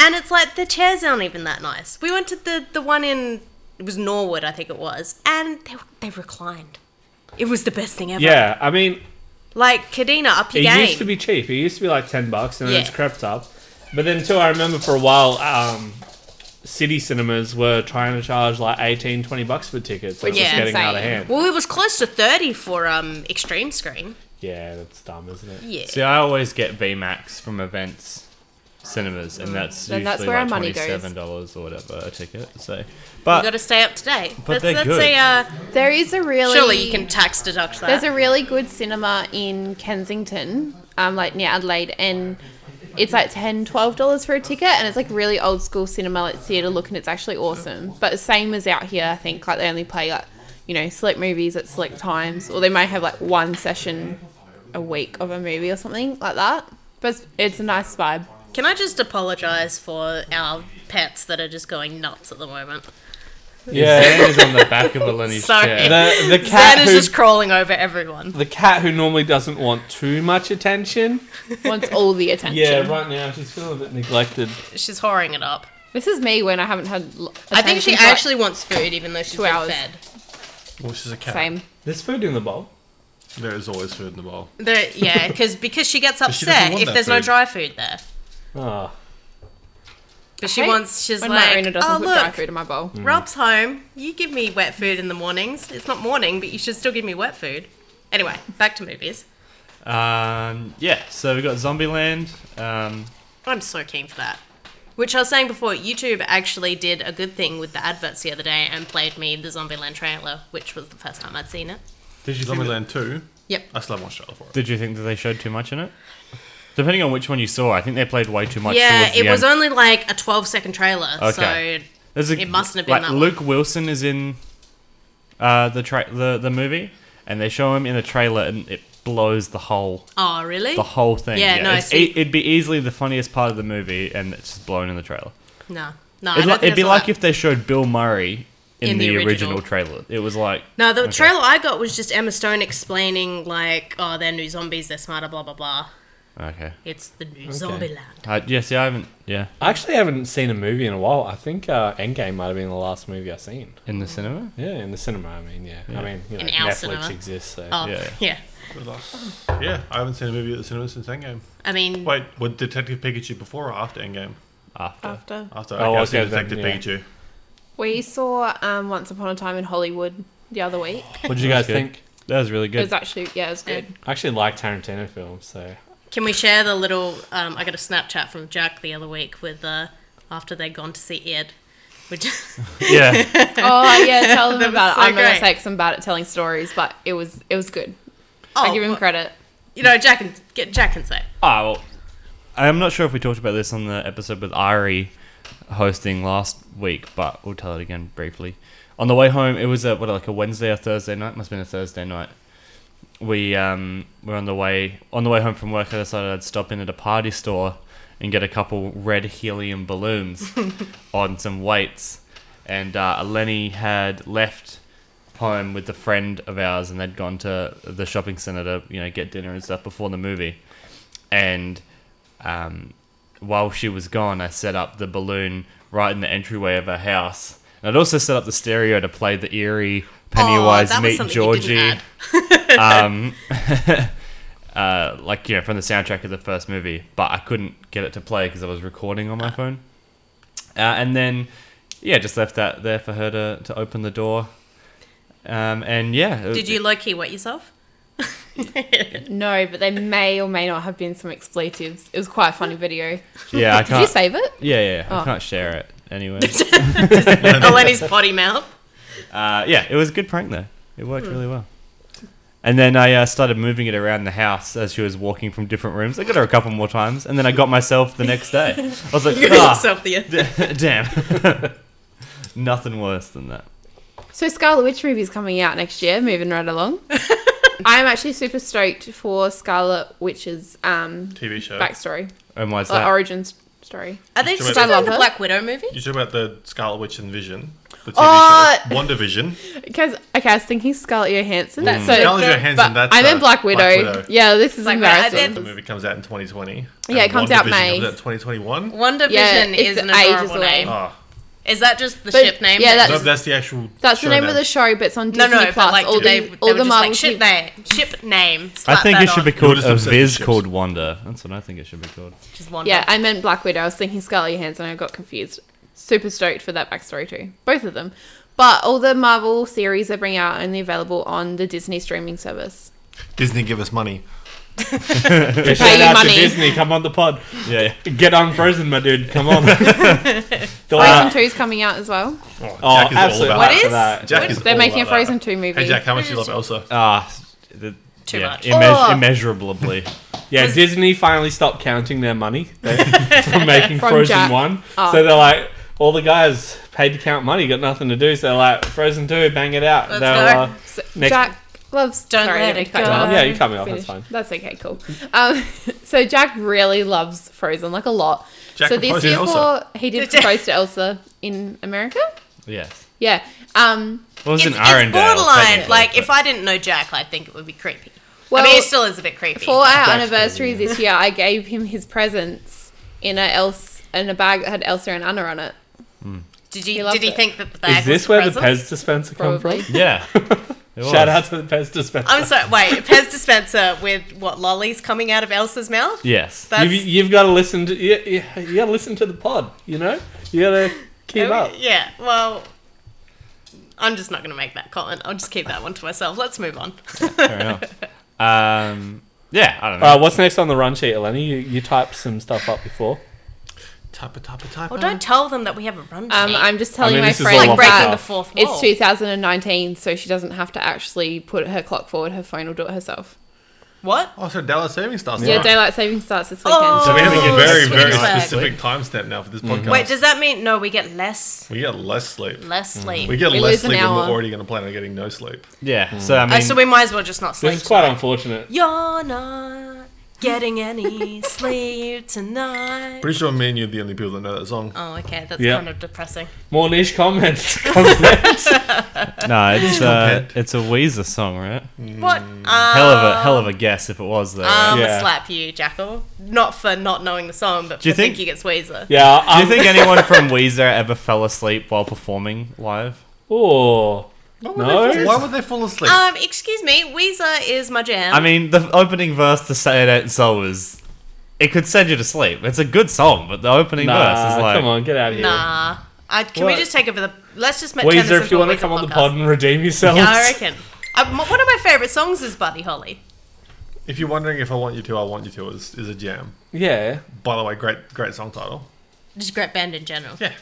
and it's like the chairs aren't even that nice. We went to the the one in it was Norwood, I think it was, and they they reclined. It was the best thing ever. yeah, I mean, Like Cadena, up your It game. used to be cheap. It used to be like ten bucks, and Yeah. then it's crept up. But then too, I remember for a while, um, city cinemas were trying to charge like 18, 20 bucks for tickets. Which Which it was is getting out of insane. hand. well, it was close to thirty for um Extreme Screen. Yeah, that's dumb, isn't it? Yeah. See, I always get VMAX from events, cinemas, and that's Then usually that's where like our money goes. twenty-seven dollars or whatever a ticket. So, You got but to stay up to date. But that's they're that's good. a uh, There is a really surely you can tax deduct that. There's a really good cinema in Kensington, um, like near Adelaide, and it's like 10 dollars for a ticket, and it's like really old school cinema, like theater look, and it's actually awesome. But the same as out here, I think like they only play like you know select movies at select times, or they might have like one session a week of a movie or something like that. But it's, it's a nice vibe. Can I just apologise for our pets that are just going nuts at the moment? Yeah, Xander's on the back of Eleni's Sorry. chair. the the cat Zan is who, just crawling over everyone. the cat who normally doesn't want too much attention. Wants all the attention. Yeah, right now she's feeling a bit neglected. She's whoring it up. This is me when I haven't had. l- I think she attention for, like, actually wants food, even though she's two been hours. fed. Well, she's a cat. same. There's food in the bowl. There is always food in the bowl. The, yeah, because because she gets she upset doesn't want if that there's no food. Mm. dry food there. Oh. But she Hey, wants. She's When like, Marina doesn't oh put dry look, food in my bowl. Mm. Rob's home. You give me wet food in the mornings. It's not morning, but you should still give me wet food. Anyway, back to movies. Um, yeah, so we got Zombieland. Um, I'm so keen for that. Which I was saying before, YouTube actually did a good thing with the adverts the other day and played me the Zombieland trailer, which was the first time I'd seen it. did you think that, Zombieland 2. Yep. I still haven't watched trailer for it. did you think that they showed too much in it? Depending on which one you saw, I think they played way too much. yeah, towards it the was end. only like a 12 second trailer, Okay. so There's a, It mustn't have been like, that one. Luke Wilson is in uh, the tra- the the movie, and they show him in the trailer, and it blows the whole oh really? the whole thing. Yeah, no, I it's, see. it, it'd be easily the funniest part of the movie, and it's just blown in the trailer. No, no, I It'd, don't li- think it'd be I saw like that. if they showed Bill Murray in, the, original. trailer. It was like No, the Okay. trailer I got was just Emma Stone explaining like, oh, they're new zombies, they're smarter, blah blah blah. okay, It's the new Zombieland. uh, yeah. See, I haven't yeah I actually haven't seen a movie in a while. I think uh, Endgame might have been the last movie I've seen. in the cinema. Yeah, in the cinema. I mean, yeah. I mean, you know, In our Netflix cinema. exists. So. Oh yeah. Yeah. uh, Yeah, I haven't seen a movie at the cinema since Endgame. I mean, Wait, was Detective Pikachu before or after Endgame? After After. After Oh, okay, I've seen okay, then, Detective yeah. Pikachu. We saw um, Once Upon a Time in Hollywood the other week. What did you That guys was good. think? that was really It good. was actually, yeah, it was good. I actually like Tarantino films, so Can we share the little? Um, I got a Snapchat from Jack the other week with uh, after they'd gone to see Ed, which yeah, oh yeah, tell them about it. so I'm gonna great. say 'cause I'm bad at telling stories, but it was it was good. I oh, give him credit. you know Jack and get Jack and say Ah, well, I'm not sure if we talked about this on the episode with Ari hosting last week, but we'll tell it again briefly. On the way home, it was a, what like a Wednesday or Thursday night. Must have been a Thursday night. We um, were on the way on the way home from work. I decided I'd stop in at a party store and get a couple red helium balloons on some weights. And uh, Lenny had left home with a friend of ours, and they'd gone to the shopping center to you know get dinner and stuff before the movie. And um, while she was gone, I set up the balloon right in the entryway of her house. And I'd also set up the stereo to play the eerie Pennywise "Oh, that was meet something you didn't Georgie add. um, uh, like you know from the soundtrack of the first movie, but I couldn't get it to play because I was recording on my phone. Uh, and then, yeah, just left that there for her to, to open the door. Um, and yeah, it- Did you low key wet yourself? No, but they may or may not have been some expletives. It was quite a Hmm. funny video. Yeah, I Did you can't. save it? yeah, yeah, I Oh. can't share it anyway. Eleni's potty mouth. Uh, yeah, it was a good prank though. It worked really well. And then I uh, started moving it around the house as she was walking from different rooms. I got her a couple more times, and then I got myself the next day. I was like, You got ah, yourself the end. Damn. Nothing worse than that. So Scarlet Witch movie's coming out next year. Moving right along. I'm actually super stoked for Scarlet Witch's um, TV show. backstory, Oh, And why is like that? origin s- story. Are they Just still about- doing the I love it. Black Widow movie? You talk about the Scarlet Witch and Vision, the TV Uh, Oh! show, Wonder Vision. Because okay, I was thinking Scarlett Johansson. so, Mm. Scarlett Johansson, but that's, I meant uh, Black Widow. Black Widow. Yeah, this is Black Widow, I embarrassing. The movie comes out in 2020. Yeah, it and comes out WandaVision May. Comes out 2021. Wonder Yeah, Vision it's is an ages adorable away. name. Oh. Ah, Is that just the But- ship name? yeah, that- no, That's- that's the actual. That's the show name now. of the show, but it's on no, Disney no, Plus. but like all they, the, they all were the just Marvel like ship people- name, ship name. I slap think that it should on. be called Notice a of Viz censorship. called Wonder. That's what I think it should be called. Just Wanda. Yeah, I meant Black Widow. I was thinking Scarlett Johansson. I got confused. Super stoked for that backstory too, both of them. But all the Marvel series they bring out are only available on the Disney streaming service. Disney give us money. Pay you to money. Disney. Come on the pod. Yeah. Get unfrozen, my dude. Come on. Frozen Two is coming out as well. Oh, Oh, Jack is absolutely. all about What that. is- that. Jack is They're all making a about that. Frozen Two movie. Hey Jack, how much do you love Elsa? Ah. the- Too yeah, much. immeas- Oh. Immeasurably. Yeah, Disney finally stopped counting their money from making From Frozen Jack. 1. Oh. So they're like, all the guys paid to count money, got nothing to do. So they're like, Frozen 2, bang it out. Let's They'll, go. uh, So Next- Jack loves. Don't sorry, let I it cut you go. off. Yeah, you cut me off, that's fine. Finish. That's okay. Cool. Um, so Jack really loves Frozen, like a lot. Jack so this proposed to year, Elsa. for, he did Did- propose to Elsa in America. yes. Yeah. Um, Well, it was It's, in it's Arendelle. borderline. technically, Like, but- if I didn't know Jack, I think it would be creepy. well, I mean, it still is a bit creepy. for our anniversary this year, I gave him his presents in a Elsa in a bag that had Elsa and Anna on it. did you, He loved did he it. think that the bag Is this was where present? the Pez dispenser come Probably. Yeah. It from? Shout was. out to the Pez dispenser. I'm sorry. Wait, Pez dispenser with what lollies coming out of Elsa's mouth? Yes. That's You've, you've got to listen to you, you, you got to listen to the pod, you know. You got to keep up. yeah. Well, I'm just not going to make that comment. I'll just keep that one to myself. Let's move on. Fair enough. Um, yeah, I don't know. Uh, what's next on the run sheet, Eleni? You, you typed some stuff up before. Type it, type it, type Well, it. don't tell them that we have a run. Um, sheet. I'm just telling I mean, my this is friend all like off breaking the cuff. fourth wall. It's 2019, so she doesn't have to actually put her clock forward. Her phone will do it herself. What? Oh, so Dallas Saving Stars. Yeah, tonight. daylight saving starts this weekend. Oh. So we have Oh, a very, switch very back. specific timestamp now for this podcast. Wait, does that mean no? We get less, we get less sleep. less sleep. We get We less lose an sleep, and we're hour. already going to plan on getting no sleep. yeah. hmm. So I mean, Oh, so we might as well just not sleep. This is quite tonight. unfortunate. You're not getting any sleep tonight. Pretty sure me and you're the only people that know that song. Oh, okay, that's Yeah. kind of depressing. More niche comments. no, it's uh, compared. it's a Weezer song, right? What? Uh, Hell of a hell of a guess if it was though. right? I'm Yeah. gonna slap you, Jackal. Not for not knowing the song, but Do you for think think- thinking it's Weezer. yeah. Do Um, you think anyone from Weezer ever fell asleep while performing live? Oh. No. Why would they fall asleep? Um, excuse me, Weezer is my jam. I mean, the opening verse to "Say It Ain't So" is it could send you to sleep. It's a good song, but the opening verse Nah, is like, come on, get out of here. nah. I, can we What? just take over the? Let's just make. turn this Weezer, if into you a want to Weezer come on the podcast. pod and redeem yourselves. yeah, I reckon. I, m- one of my favorite songs is Buddy Holly. if you're wondering if I want you to, I want you to is, is a jam. Yeah. By the way, great, great song title. Just great band in general. Yeah.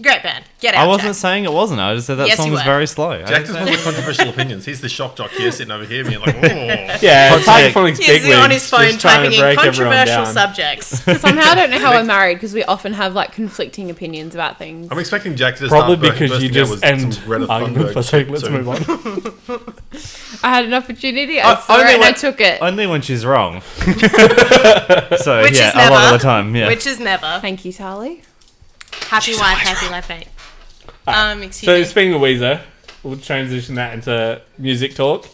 Great band. Get out. I wasn't Jack. saying it wasn't. I just said that Yes, song you was were. very slow. I Jack didn't is say- one of the controversial opinions. He's the shock jock here, sitting over here, being like, "Oh, Yeah, it's like- Hydrophonics He's big on leagues, his phone just trying typing to in break everyone controversial down. subjects. Somehow I don't know how we're married because we often have like conflicting opinions about things. I'm expecting Jack to start Probably bur- because you bursting out just with end some Greta argument Thunberg for shit saying let's soon." move on. I had an opportunity. I saw it and I when, took it. Only when she's wrong. so Which yeah, is a lot never. of the time. Yeah. Which is never. Thank you, Tali. Happy wife, happy life, mate. Um, excuse So me. speaking of Weezer, we'll transition that into music talk.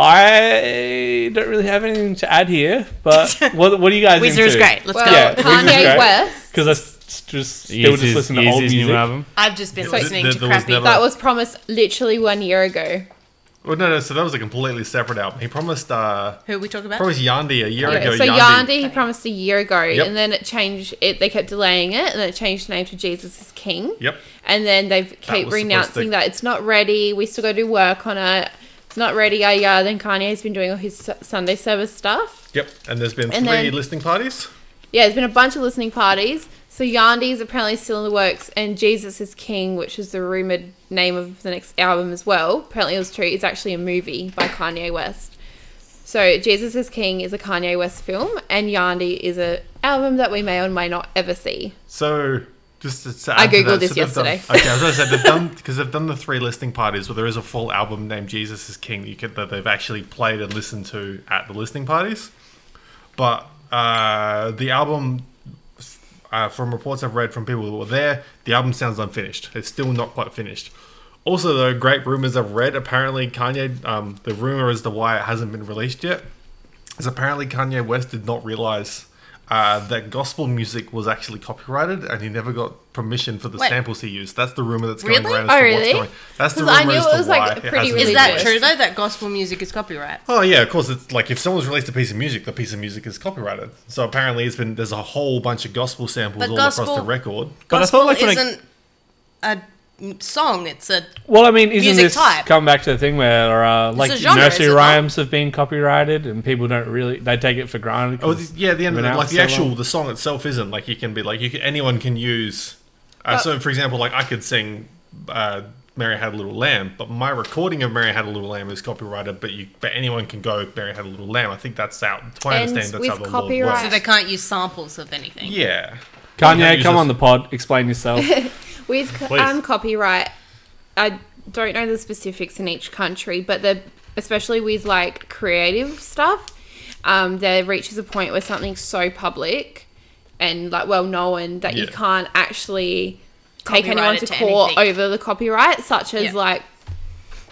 I don't really have anything to add here, but what, what do you guys? Weezer is great. Let's Well, go. Yeah, Weezer's Kanye great. West. Because I s- s- just still Yeezy's- just listen to old Yeezy's music. new album. I've just been So- listening There- to there was crappy. never- That was promised literally one year ago. Well, no, no. So that was a completely separate album. He promised, uh, Who are we talking about? promised Yandi a year ago. so Yandi. Yandi, he promised a year ago, Yep. and then it changed. It they kept delaying it, and then it changed the name to Jesus is King. Yep. And then they have keep was supposed renouncing to- that it's not ready. We still got to do work on it. It's not ready. Yeah, yeah. Then Kanye's been doing all his Su- Sunday service stuff. Yep. And there's been And three then- listening parties. Yeah, there's been a bunch of listening parties. So Yandi's apparently still in the works, and Jesus is King, which is the rumored name of the next album as well. Apparently, it was true. It's actually a movie by Kanye West. So Jesus is King is a Kanye West film, and Yandi is a album that we may or may not ever see. So just to to I add to googled that, this so they've done- yesterday. okay, I was going to say they've done because they've done the three listening parties where there is a full album named Jesus is King that, you could, that they've actually played and listened to at the listening parties. But uh, the album, uh, from reports I've read from people that were there, the album sounds unfinished. It's still not quite finished. Also, though, great rumors I've read. Apparently, Kanye. Um, the rumor as to why it hasn't been released yet is apparently Kanye West did not realize uh, that gospel music was actually copyrighted, and he never got permission for the Wait. samples he used. That's the rumor that's going Really? around. As to Oh, What's really? going. That's the 'Cause I rumor knew as it to was, why like, it pretty hasn't been is religious. that released. true though? That gospel music is copyright. Oh yeah, of course. It's like if someone's released a piece of music, the piece of music is copyrighted. So apparently, it's been there's a whole bunch of gospel samples But all across gospel- the record. But I felt Gospel like when I- isn't a m- song. It's a Well, I mean, isn't Music this type. come back to the thing where uh, like a genre, nursery is it not? rhymes have been copyrighted and people don't really they take it for granted? Oh 'cause the- yeah, at the end of been the, out like the so actual long. the song itself isn't like you can be like you can, anyone can use. Uh, so for example, like I could sing uh, "Mary Had a Little Lamb," but my recording of "Mary Had a Little Lamb" is copyrighted. But you, but anyone can go "Mary Had a Little Lamb." I think that's out. To my And understanding, that's with how the law copyright- works. so they can't use samples of anything. Yeah, Kanye, use Oh, come this- on the pod, explain yourself. With co- Please. um, copyright, I don't know the specifics in each country, but the especially with like creative stuff, um, there reaches a point where something's so public and like well known that you Yeah. can't actually take Copyright anyone it to, to court anything. over the copyright, such as Yeah. like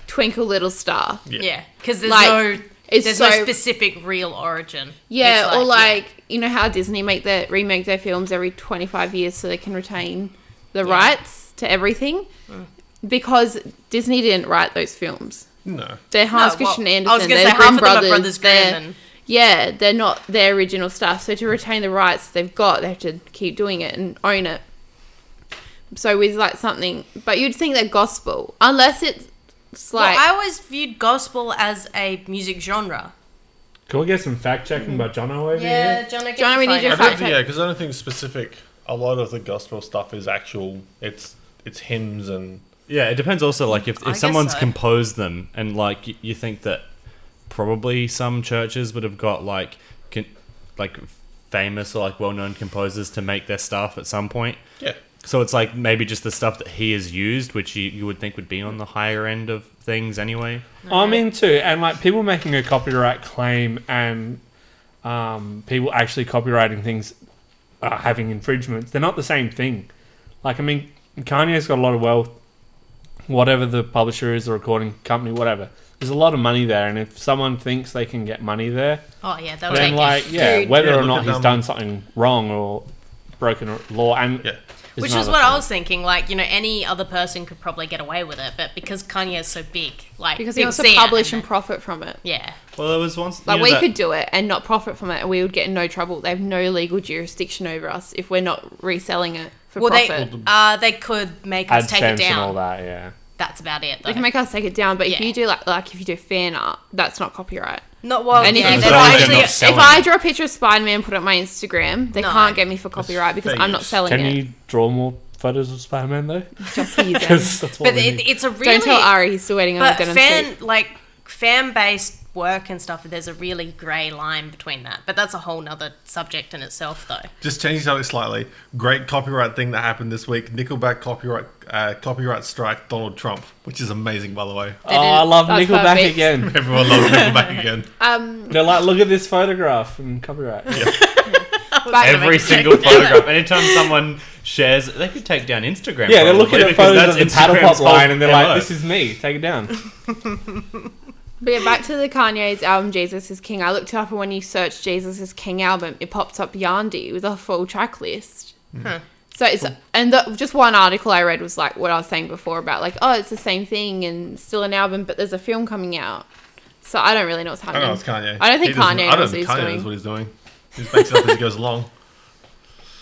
Twinkle Little Star. yeah. Yeah, because there's Like, no it's there's so- no specific real origin. Yeah, It's or yeah. like you know how Disney make their remake their films every twenty five years so they can retain the rights to everything Mm. because Disney didn't write those films. No, They're No, Hans well, Christian Andersen. I was gonna they're say half the Grimm of them are brothers. brothers they're, Grimm and yeah, they're not their original stuff. So to retain the rights they've got, they have to keep doing it and own it. So with like something, but you'd think that gospel, unless it's like well, I always viewed gospel as a music genre. Can we get some fact checking by John over here? John, Jono, your we need phone your I out. fact don't think, yeah, because I don't think specific. A lot of the gospel stuff is actual. It's it's hymns and Yeah, it depends also like if, I if guess someone's so. composed them and like you, you think that probably some churches would have got like con- like famous or like well-known composers to make their stuff at some point. yeah. So it's like maybe just the stuff that he has used which you, you would think would be on the higher end of things anyway. I'm in too, and like people making a copyright claim and um, people actually copywriting things uh, having infringements, they're not the same thing. Like, I mean, Kanye's got a lot of wealth, whatever the publisher is, the recording company, whatever. There's a lot of money there, and if someone thinks they can get money there, Oh yeah, that was then like, yeah, Dude. whether Yeah, or look not at he's them. done something wrong or broken a law, and Yeah. is Which is another what I thing. was thinking. Like, you know, any other person could probably get away with it, but because Kanye is so big, like because he people wants to see it publish and then- profit from it. yeah, Well, there was once Like you know we that- could do it and not profit from it, and we would get in no trouble. They have no legal jurisdiction over us if we're not reselling it for well, they profit. They, uh, they could make us take it AdSense and all down. that, yeah. That's about it. Though. can make us take it down, but if Yeah. you do like like if you do fan art, that's not copyright. not well. And if yeah, you that's draw, they're actually not if selling I it. draw a picture of Spider Man and put it on my Instagram, they No. can't get me for copyright because fair I'm not use. selling Can it. you draw more photos of Spider-Man though, Just for you, Zen. because that's what But we it, need. it's a really Don't tell Ari he's still waiting on but the denim fan suit. like fan based work and stuff. There's a really grey line between that, but that's a whole nother subject in itself, though. Just changing something slightly. Great copyright thing that happened this week. Nickelback copyright uh, copyright strike Donald Trump, which is amazing by the way. Oh, I love That's Nickelback perfect. again. Everyone loves Nickelback again. Um, They're like, look at this photograph and copyright. but Every single photograph. Anytime someone shares, they could take down Instagram. Yeah, they're probably, looking at because photos of the that's paddle Instagram's pop line whole and they're MO. like, this is me, take it down. But yeah, back to the Kanye's album Jesus is King. I looked it up and when you search Jesus is King album, it pops up Yandy with a full track list. Hmm. So it's and the, just one article I read was like what I was saying before about like oh it's the same thing and still an album but there's a film coming out. So I don't really know what's I don't happening. know it's Kanye. I don't think He doesn't- Kanye I don't knows what think he's Kanye doing. knows what he's doing. He just makes it up as he goes along.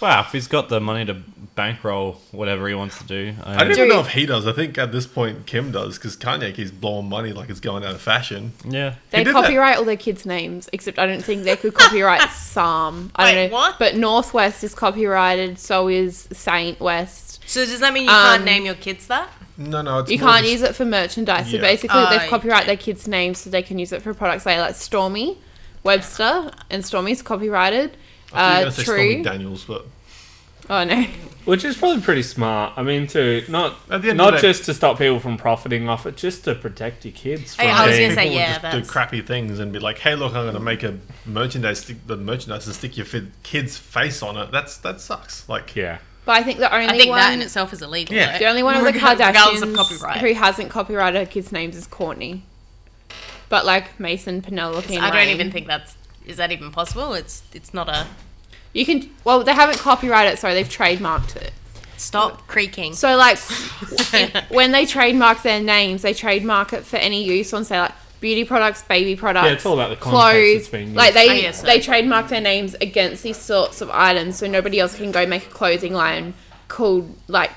Wow, if he's got the money to bankroll whatever he wants to do, I, I don't even Dude. know if he does. I think at this point Kim does because Kanye keeps blowing money like it's going out of fashion. yeah. They did that. copyright all their kids' names, except I don't think they could copyright Psalm. I don't Wait, know. what? But Northwest is copyrighted, so is Saint West. So does that mean you Um, can't name your kids that? No, no, it's You more can't just- use it for merchandise. So Yeah. basically, Oh, they've you copyrighted their kids' names so they can use it for products later, like Stormy, Webster, and Stormy's copyrighted. I was Uh, gonna say Stormy true. Daniels, but Oh no. Which is probably pretty smart. I mean, to not At the end of not the day- just to stop people from profiting off it, just to protect your kids. From Hey, I was being- gonna say people yeah. would just do That's crappy things and be like, "Hey, look, I'm gonna make a merchandise stick the merchandise and stick your fi- kid's face on it." That's that sucks. Like, yeah. But I think the only I think one, that in itself is illegal. Yeah. the only one of the Regardless of Kardashians copyright. who hasn't copyrighted her kids' names is Courtney. But like Mason, Penelope, though. and I don't Wayne. even think that's is that even possible. It's it's not a you can. Well, they haven't copyrighted it, sorry, they've trademarked it. stop creaking. So like in- when they trademark their names, they trademark it for any use on say like beauty products, baby products. Yeah, it's all about the context clothes. it's being Like used. they I guess so. they trademark their names against these sorts of items, so nobody else can go make a clothing line called like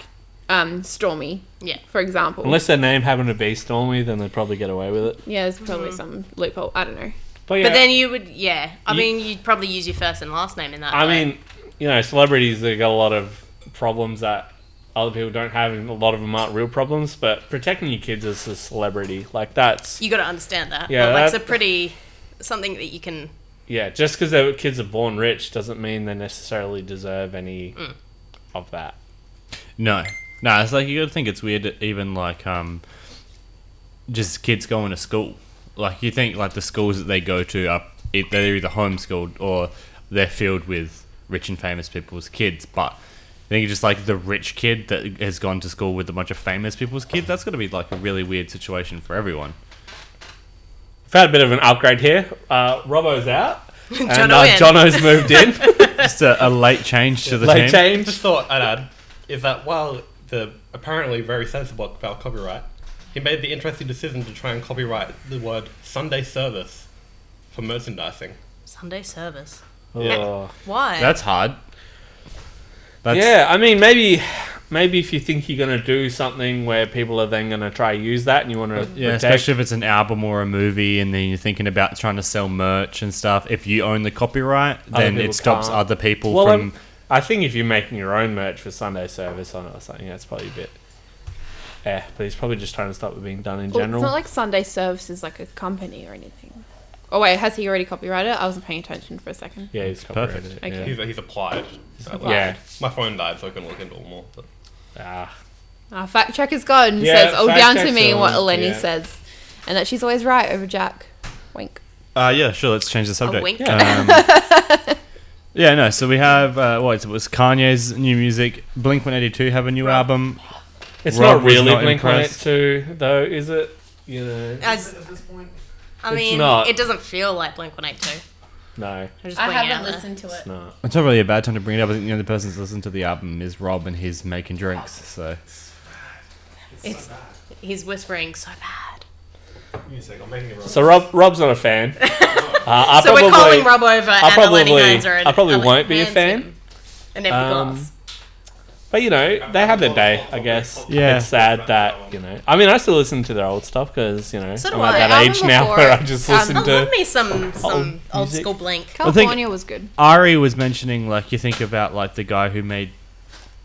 um, Stormy, yeah. for example. Unless their name happened to be Stormy, then they'd probably get away with it. yeah, there's probably some loophole. I don't know. But, yeah, But then you would, yeah. I You- mean, you'd probably use your first and last name in that. I way. mean, you know, celebrities they got a lot of problems that other people don't have, and a lot of them aren't real problems. But protecting your kids as a celebrity, like that's you got to understand that. Yeah, like, that- it's a pretty something that you can. yeah. Just because their kids are born rich doesn't mean they necessarily deserve any of that. No, no. It's like you gotta think it's weird. That even like um, just kids going to school. Like you think like the schools that they go to are e- they're either homeschooled or they're filled with rich and famous people's kids. But I think it's just like the rich kid that has gone to school with a bunch of famous people's kids. That's gonna be like a really weird situation for everyone. We've had a bit of an upgrade here. Uh, Robbo's out, and Jono uh, in. Jono's moved in. Just a, a late change to the Late team. change. Just thought I'd add is that while the apparently very sensible about copyright, he made the interesting decision to try and copyright the word Sunday service for merchandising. Sunday service. Oh. Why? That's hard. That's, yeah, I mean, maybe, maybe if you think you're gonna do something where people are then gonna try use that, and you want to Yeah, especially if it's an album or a movie, and then you're thinking about trying to sell merch and stuff. If you own the copyright, then people it stops can't. other people Well, from. um, I think if you're making your own merch for Sunday service on it or something, that's probably a bit. Yeah, but he's probably just trying to stop it being done in Well, general. it's not like Sunday Service is like a company or anything. Oh wait, has he already copyrighted? it? I wasn't paying attention for a second. yeah, he's Perfect. copyrighted it. Okay. He's, he's applied. Yeah. yeah. My phone died, so I couldn't look into it more. But Ah. Our fact checker's gone. Yeah, so it's all fact down to check's me what gone, Eleni yeah. says, and that she's always right over Jack. Wink. Uh, yeah, sure. Let's change the subject. wink. Uh, Um, yeah, no. So we have uh, what it was Kanye's new music. Blink One Eighty Two have a new album. It's Rob not was really not Blink on it impressed. too, though, is it? You know, As, I It's mean, not. it doesn't feel like Blink One Eight Two. no, I'm just pointing it out there. to it. it's not. It's not really a bad time to bring it up. I think the only person that's listened to the album is Rob, and he's making drinks. So It's, he's whispering so bad. give me a sec, I'm making it wrong. So Rob, Rob's not a fan. Uh, I So probably, we're calling Rob over, and probably- Eleni goes around I probably and won't be a hands fan. him An empty Um, glass. But you know, they had their day, I guess. Yeah. It's sad that you know. I mean, I still listen to their old stuff because you know So do I'm at I. that Album age now before where I it. just Um, listen I to. love me some some old old music. school Blink. I think- California was good. Ari was mentioning like you think about like the guy who made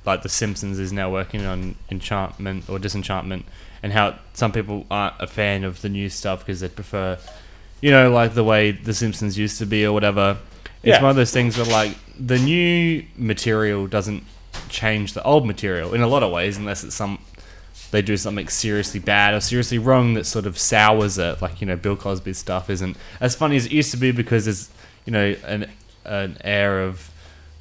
like The Simpsons is now working on enchantment or disenchantment, and how some people aren't a fan of the new stuff because they prefer, you know, like the way The Simpsons used to be or whatever. It's Yeah. one of those things where like the new material doesn't change the old material in a lot of ways, unless it's some they do something seriously bad or seriously wrong that sort of sours it. Like you know, Bill Cosby's stuff isn't as funny as it used to be because there's you know an an air of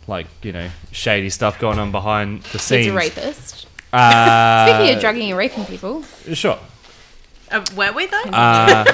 like you know shady stuff going on behind the scenes. He's a rapist. Uh, Speaking of drugging and raping people, sure. Uh, were we though? Uh,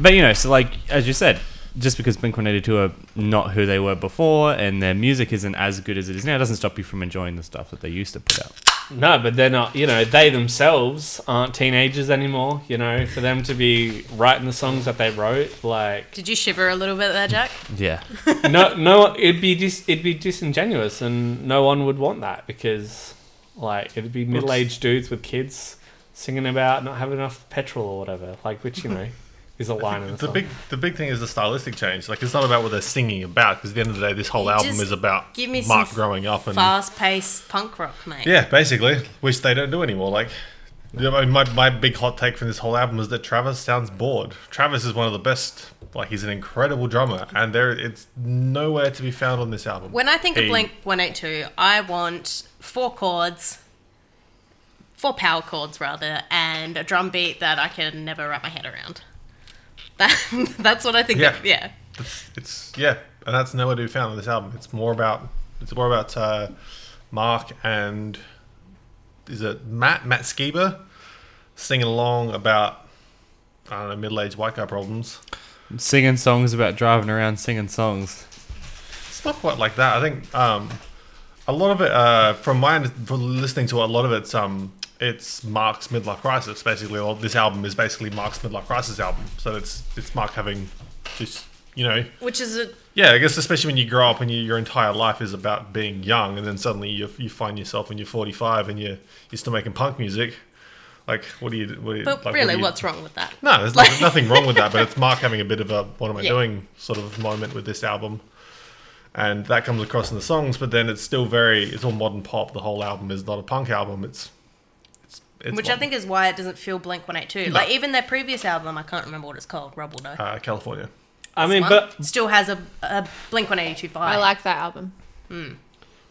But you know, so like as you said, just because Blink One Eighty Two are not who they were before, and their music isn't as good as it is now, doesn't stop you from enjoying the stuff that they used to put out. No, but they're not. You know, they themselves aren't teenagers anymore. You know, for them to be writing the songs that they wrote, like Did you shiver a little bit there, Jack? Yeah, no, no, it'd be dis- it'd be disingenuous, and no one would want that because, like, it'd be middle-aged dudes with kids singing about not having enough petrol or whatever. Like, which you know, is a line in the, The song. big, the big thing is the stylistic change. Like, it's not about what they're singing about, because at the end of the day, this whole You album just is about give me Mark some growing up and Fast-paced punk rock, mate. yeah, basically, which they don't do anymore. Like, you know, my my big hot take from this whole album is that Travis sounds bored. Travis is one of the best. Like, he's an incredible drummer, and there it's nowhere to be found on this album. When I think of He- Blink 182, I want four chords, four power chords rather, and a drum beat that I can never wrap my head around. That, that's what I think. Yeah. Of, yeah. It's, it's yeah, and that's nowhere to be found on this album. It's more about it's more about uh, Mark and is it Matt Matt Skiba singing along about I don't know middle aged white guy problems. singing songs about driving around, singing songs. It's not quite like that. I think um, a lot of it uh, from my under- from listening to it, a lot of it's um it's Mark's midlife crisis. Basically, all this album is basically Mark's midlife crisis album. So it's it's Mark having just you know Which is a Yeah, I guess especially when you grow up and you, your entire life is about being young, and then suddenly you, you find yourself when you're 45 and you're you're still making punk music. Like, what do you? What do you but like, really, what what's do you- wrong with that? No, there's Like- nothing, nothing wrong with that. But it's Mark having a bit of a "what am I Yeah. doing" sort of moment with this album, and that comes across in the songs. But then it's still very it's all modern pop. The whole album is not a punk album. It's it's, it's Which I modern. think is why it doesn't feel Blink 182. Like even their previous album, I can't remember what it's called, Rubble No. uh, California. I mean, One but still has a, a Blink 182 vibe. I like that album.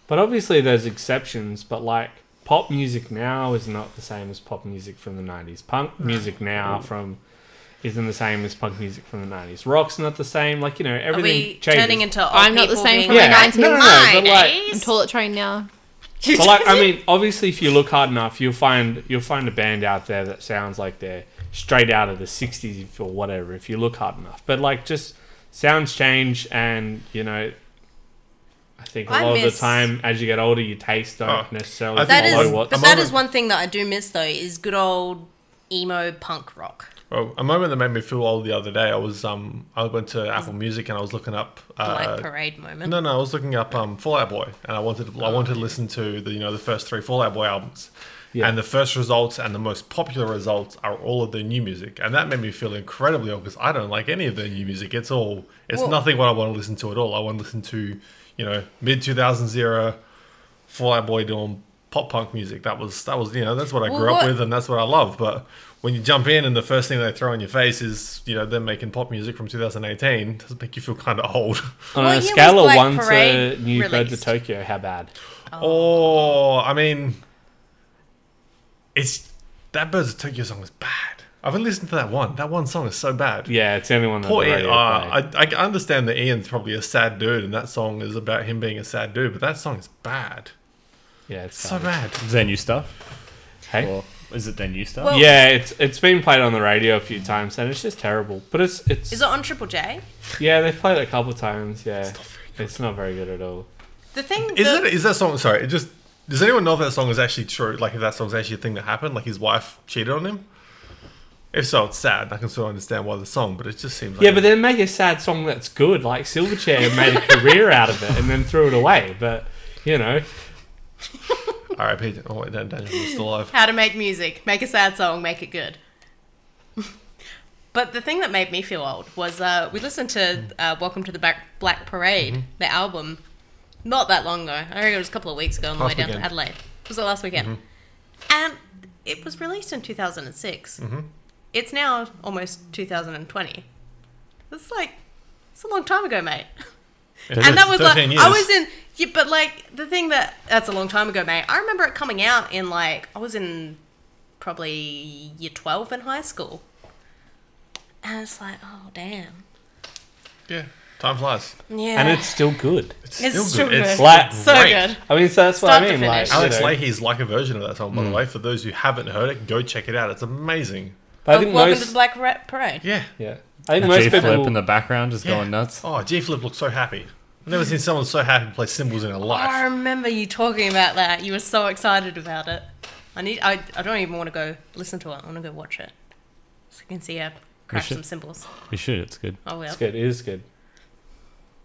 But obviously, there's exceptions. But like pop music now is not the same as pop music from the '90s. Punk music now from isn't the same as punk music from the '90s. Rock's not the same. Like you know, Are everything we changes. turning into old I'm not the people same being from the like, 90s. no, no, no, but like, I'm toilet trained now. but like, I mean, obviously, if you look hard enough, you'll find you'll find a band out there that sounds like they're straight out of the '60s or whatever. If you look hard enough, but like, just sounds change, and you know, I think a I lot of miss- the time as you get older, your tastes don't Oh, necessarily I follow think That is, what. but I'm that over- is one thing that I do miss though is good old emo punk rock. Well, a moment that made me feel old the other day. I was um I went to Apple Music and I was looking up uh, Black Parade moment. Oh, No, no, I was looking up um, Fallout Boy, and I wanted I wanted to listen to the you know the first three Fallout Boy albums, and the first results and the most popular results are all of their new music, and that made me feel incredibly old because I don't like any of their new music. It's all it's Well- nothing what I want to listen to at all. I want to listen to you know mid 2000s era Fallout Boy doing pop punk music. That was that was you know that's what I Well, grew what- up with and that's what I love. But when you jump in and the first thing they throw in your face is you know them making pop music from 2018, it does make you feel kind of old. On What a year was scale of Black one to Parade New Birds of released? Tokyo, how bad? Oh, I mean, it's that Birds of Tokyo song is bad. I've only listened to that one. That one song is so bad. Yeah, it's the only one that Poor the Ian. radio Uh, play. I, I understand that Ian's probably a sad dude, and that song is about him being a sad dude. But that song is bad. Yeah, it's So so bad. Is there new stuff? Hey? Or is it their new stuff? Oh. Well- Yeah, it's it's been played on the radio a few times and it's just terrible. But it's it's Is it on Triple J? yeah, they've played it a couple of times. Yeah, it's not very good, at all. The thing Is that, that is that song? Sorry, it just. Does anyone know if that song is actually true? Like, if that song's actually a thing that happened? Like, his wife cheated on him? If so, it's sad. I can sort of understand why the song, but it just seems like. Yeah, but then make a sad song that's good. Like Silverchair made a career out of it and then threw it away. But you know, RIP. Oh, wait, Dan- Daniel was still alive. how to make music, make a sad song, make it good. but the thing that made me Mm. Mm-hmm. feel old was uh, we listened to uh, Welcome to the Back- Black Parade, the album. Not that long ago. I reckon it was a couple of weeks ago on the Last way down weekend. Mm-hmm. to Adelaide. Was it last weekend? And it was released in 2006. It's now almost 2020. That's like, it's a long time ago, mate. and that was like, I was in, yeah, but like the thing that, that's a long time ago, mate. I remember it coming out in like, I was in probably year 12 in high school. And it's like, oh, damn. Yeah. Time flies. Yeah. and it's still good. it's still still good. good. It's Like, so great. good. I mean, so that's what Start I to mean. Like, finish. you Alex know, Leahy's like a version of that song, by the way. For those who haven't heard it, go check it out. It's amazing. I think Welcome to most, the Black Ra- Parade. Yeah. yeah, I think most J Flip people. in the background just Yeah. going nuts. Oh, G Flip looks so happy. I've never seen someone so happy play cymbals in their I life. remember you talking about that. You were so excited about it. I need. I, I don't even want to go listen to it. I want to go watch it. So you can see her crash should- some cymbals. You should. It's good. Oh well. it's good. It is good.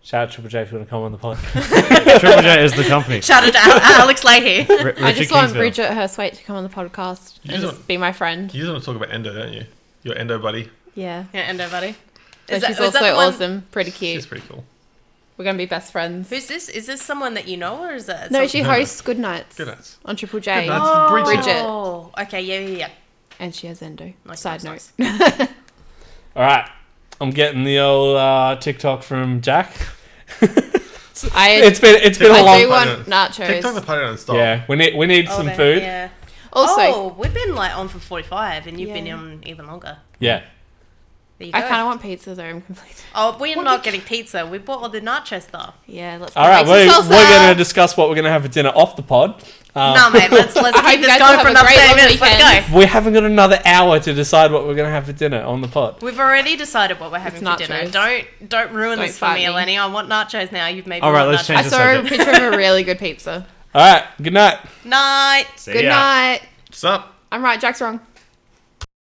Shout out Triple J if you want to come on the podcast. Triple J is the company. Shout out to Al- Alex Leahy. R- Richard I just want Kingsville. Bridget Hurstwaite to come on the podcast You and don't- just be my friend. You just want to talk about Endo, don't you? Your Endo buddy. Yeah. yeah, Endo buddy. So that- she's was that also the one- awesome, pretty She's cute. pretty cool. We're gonna be best friends. Who's this? Is this someone that you know, or is that? no, some- she No, no. hosts Good Nights Good nights. on Triple J, Good Nights with Bridget. Bridget. Oh, okay. Yeah, yeah, yeah. and she has endo. Nice, Side note. nice, All right, I'm getting the old uh, TikTok from Jack. I It's been it's been a I long. do want time. nachos. TikTok the party don't stop. Yeah, we need we need Oh, some they- food. Yeah. Yeah. Also, oh, we've been like on for forty-five, and you've been Yeah. on even longer. There you go. I kind of want pizza though. I'm complete. Oh, we're not getting pizza. We bought all the nacho stuff. Yeah, let's. All right, make we're, some salsa. we're going to discuss what we're going to have for dinner off the pod. Oh. Uh, no, mate. Let's let's I hope keep you this guys going for all have a another great thirty long minutes. Let's weekend. go. We haven't got another hour to decide what we're going to have for dinner on the pod. We've already decided what we're having It's for dinner. nachos. Don't don't ruin Don't this for fight me, me. Eleni. I want nachos now. You've made me All right, want let's nachos. change I this saw a subject. picture of a really good pizza. All right, good night. Night. See Good ya. night. What's up? I'm right. Jack's wrong.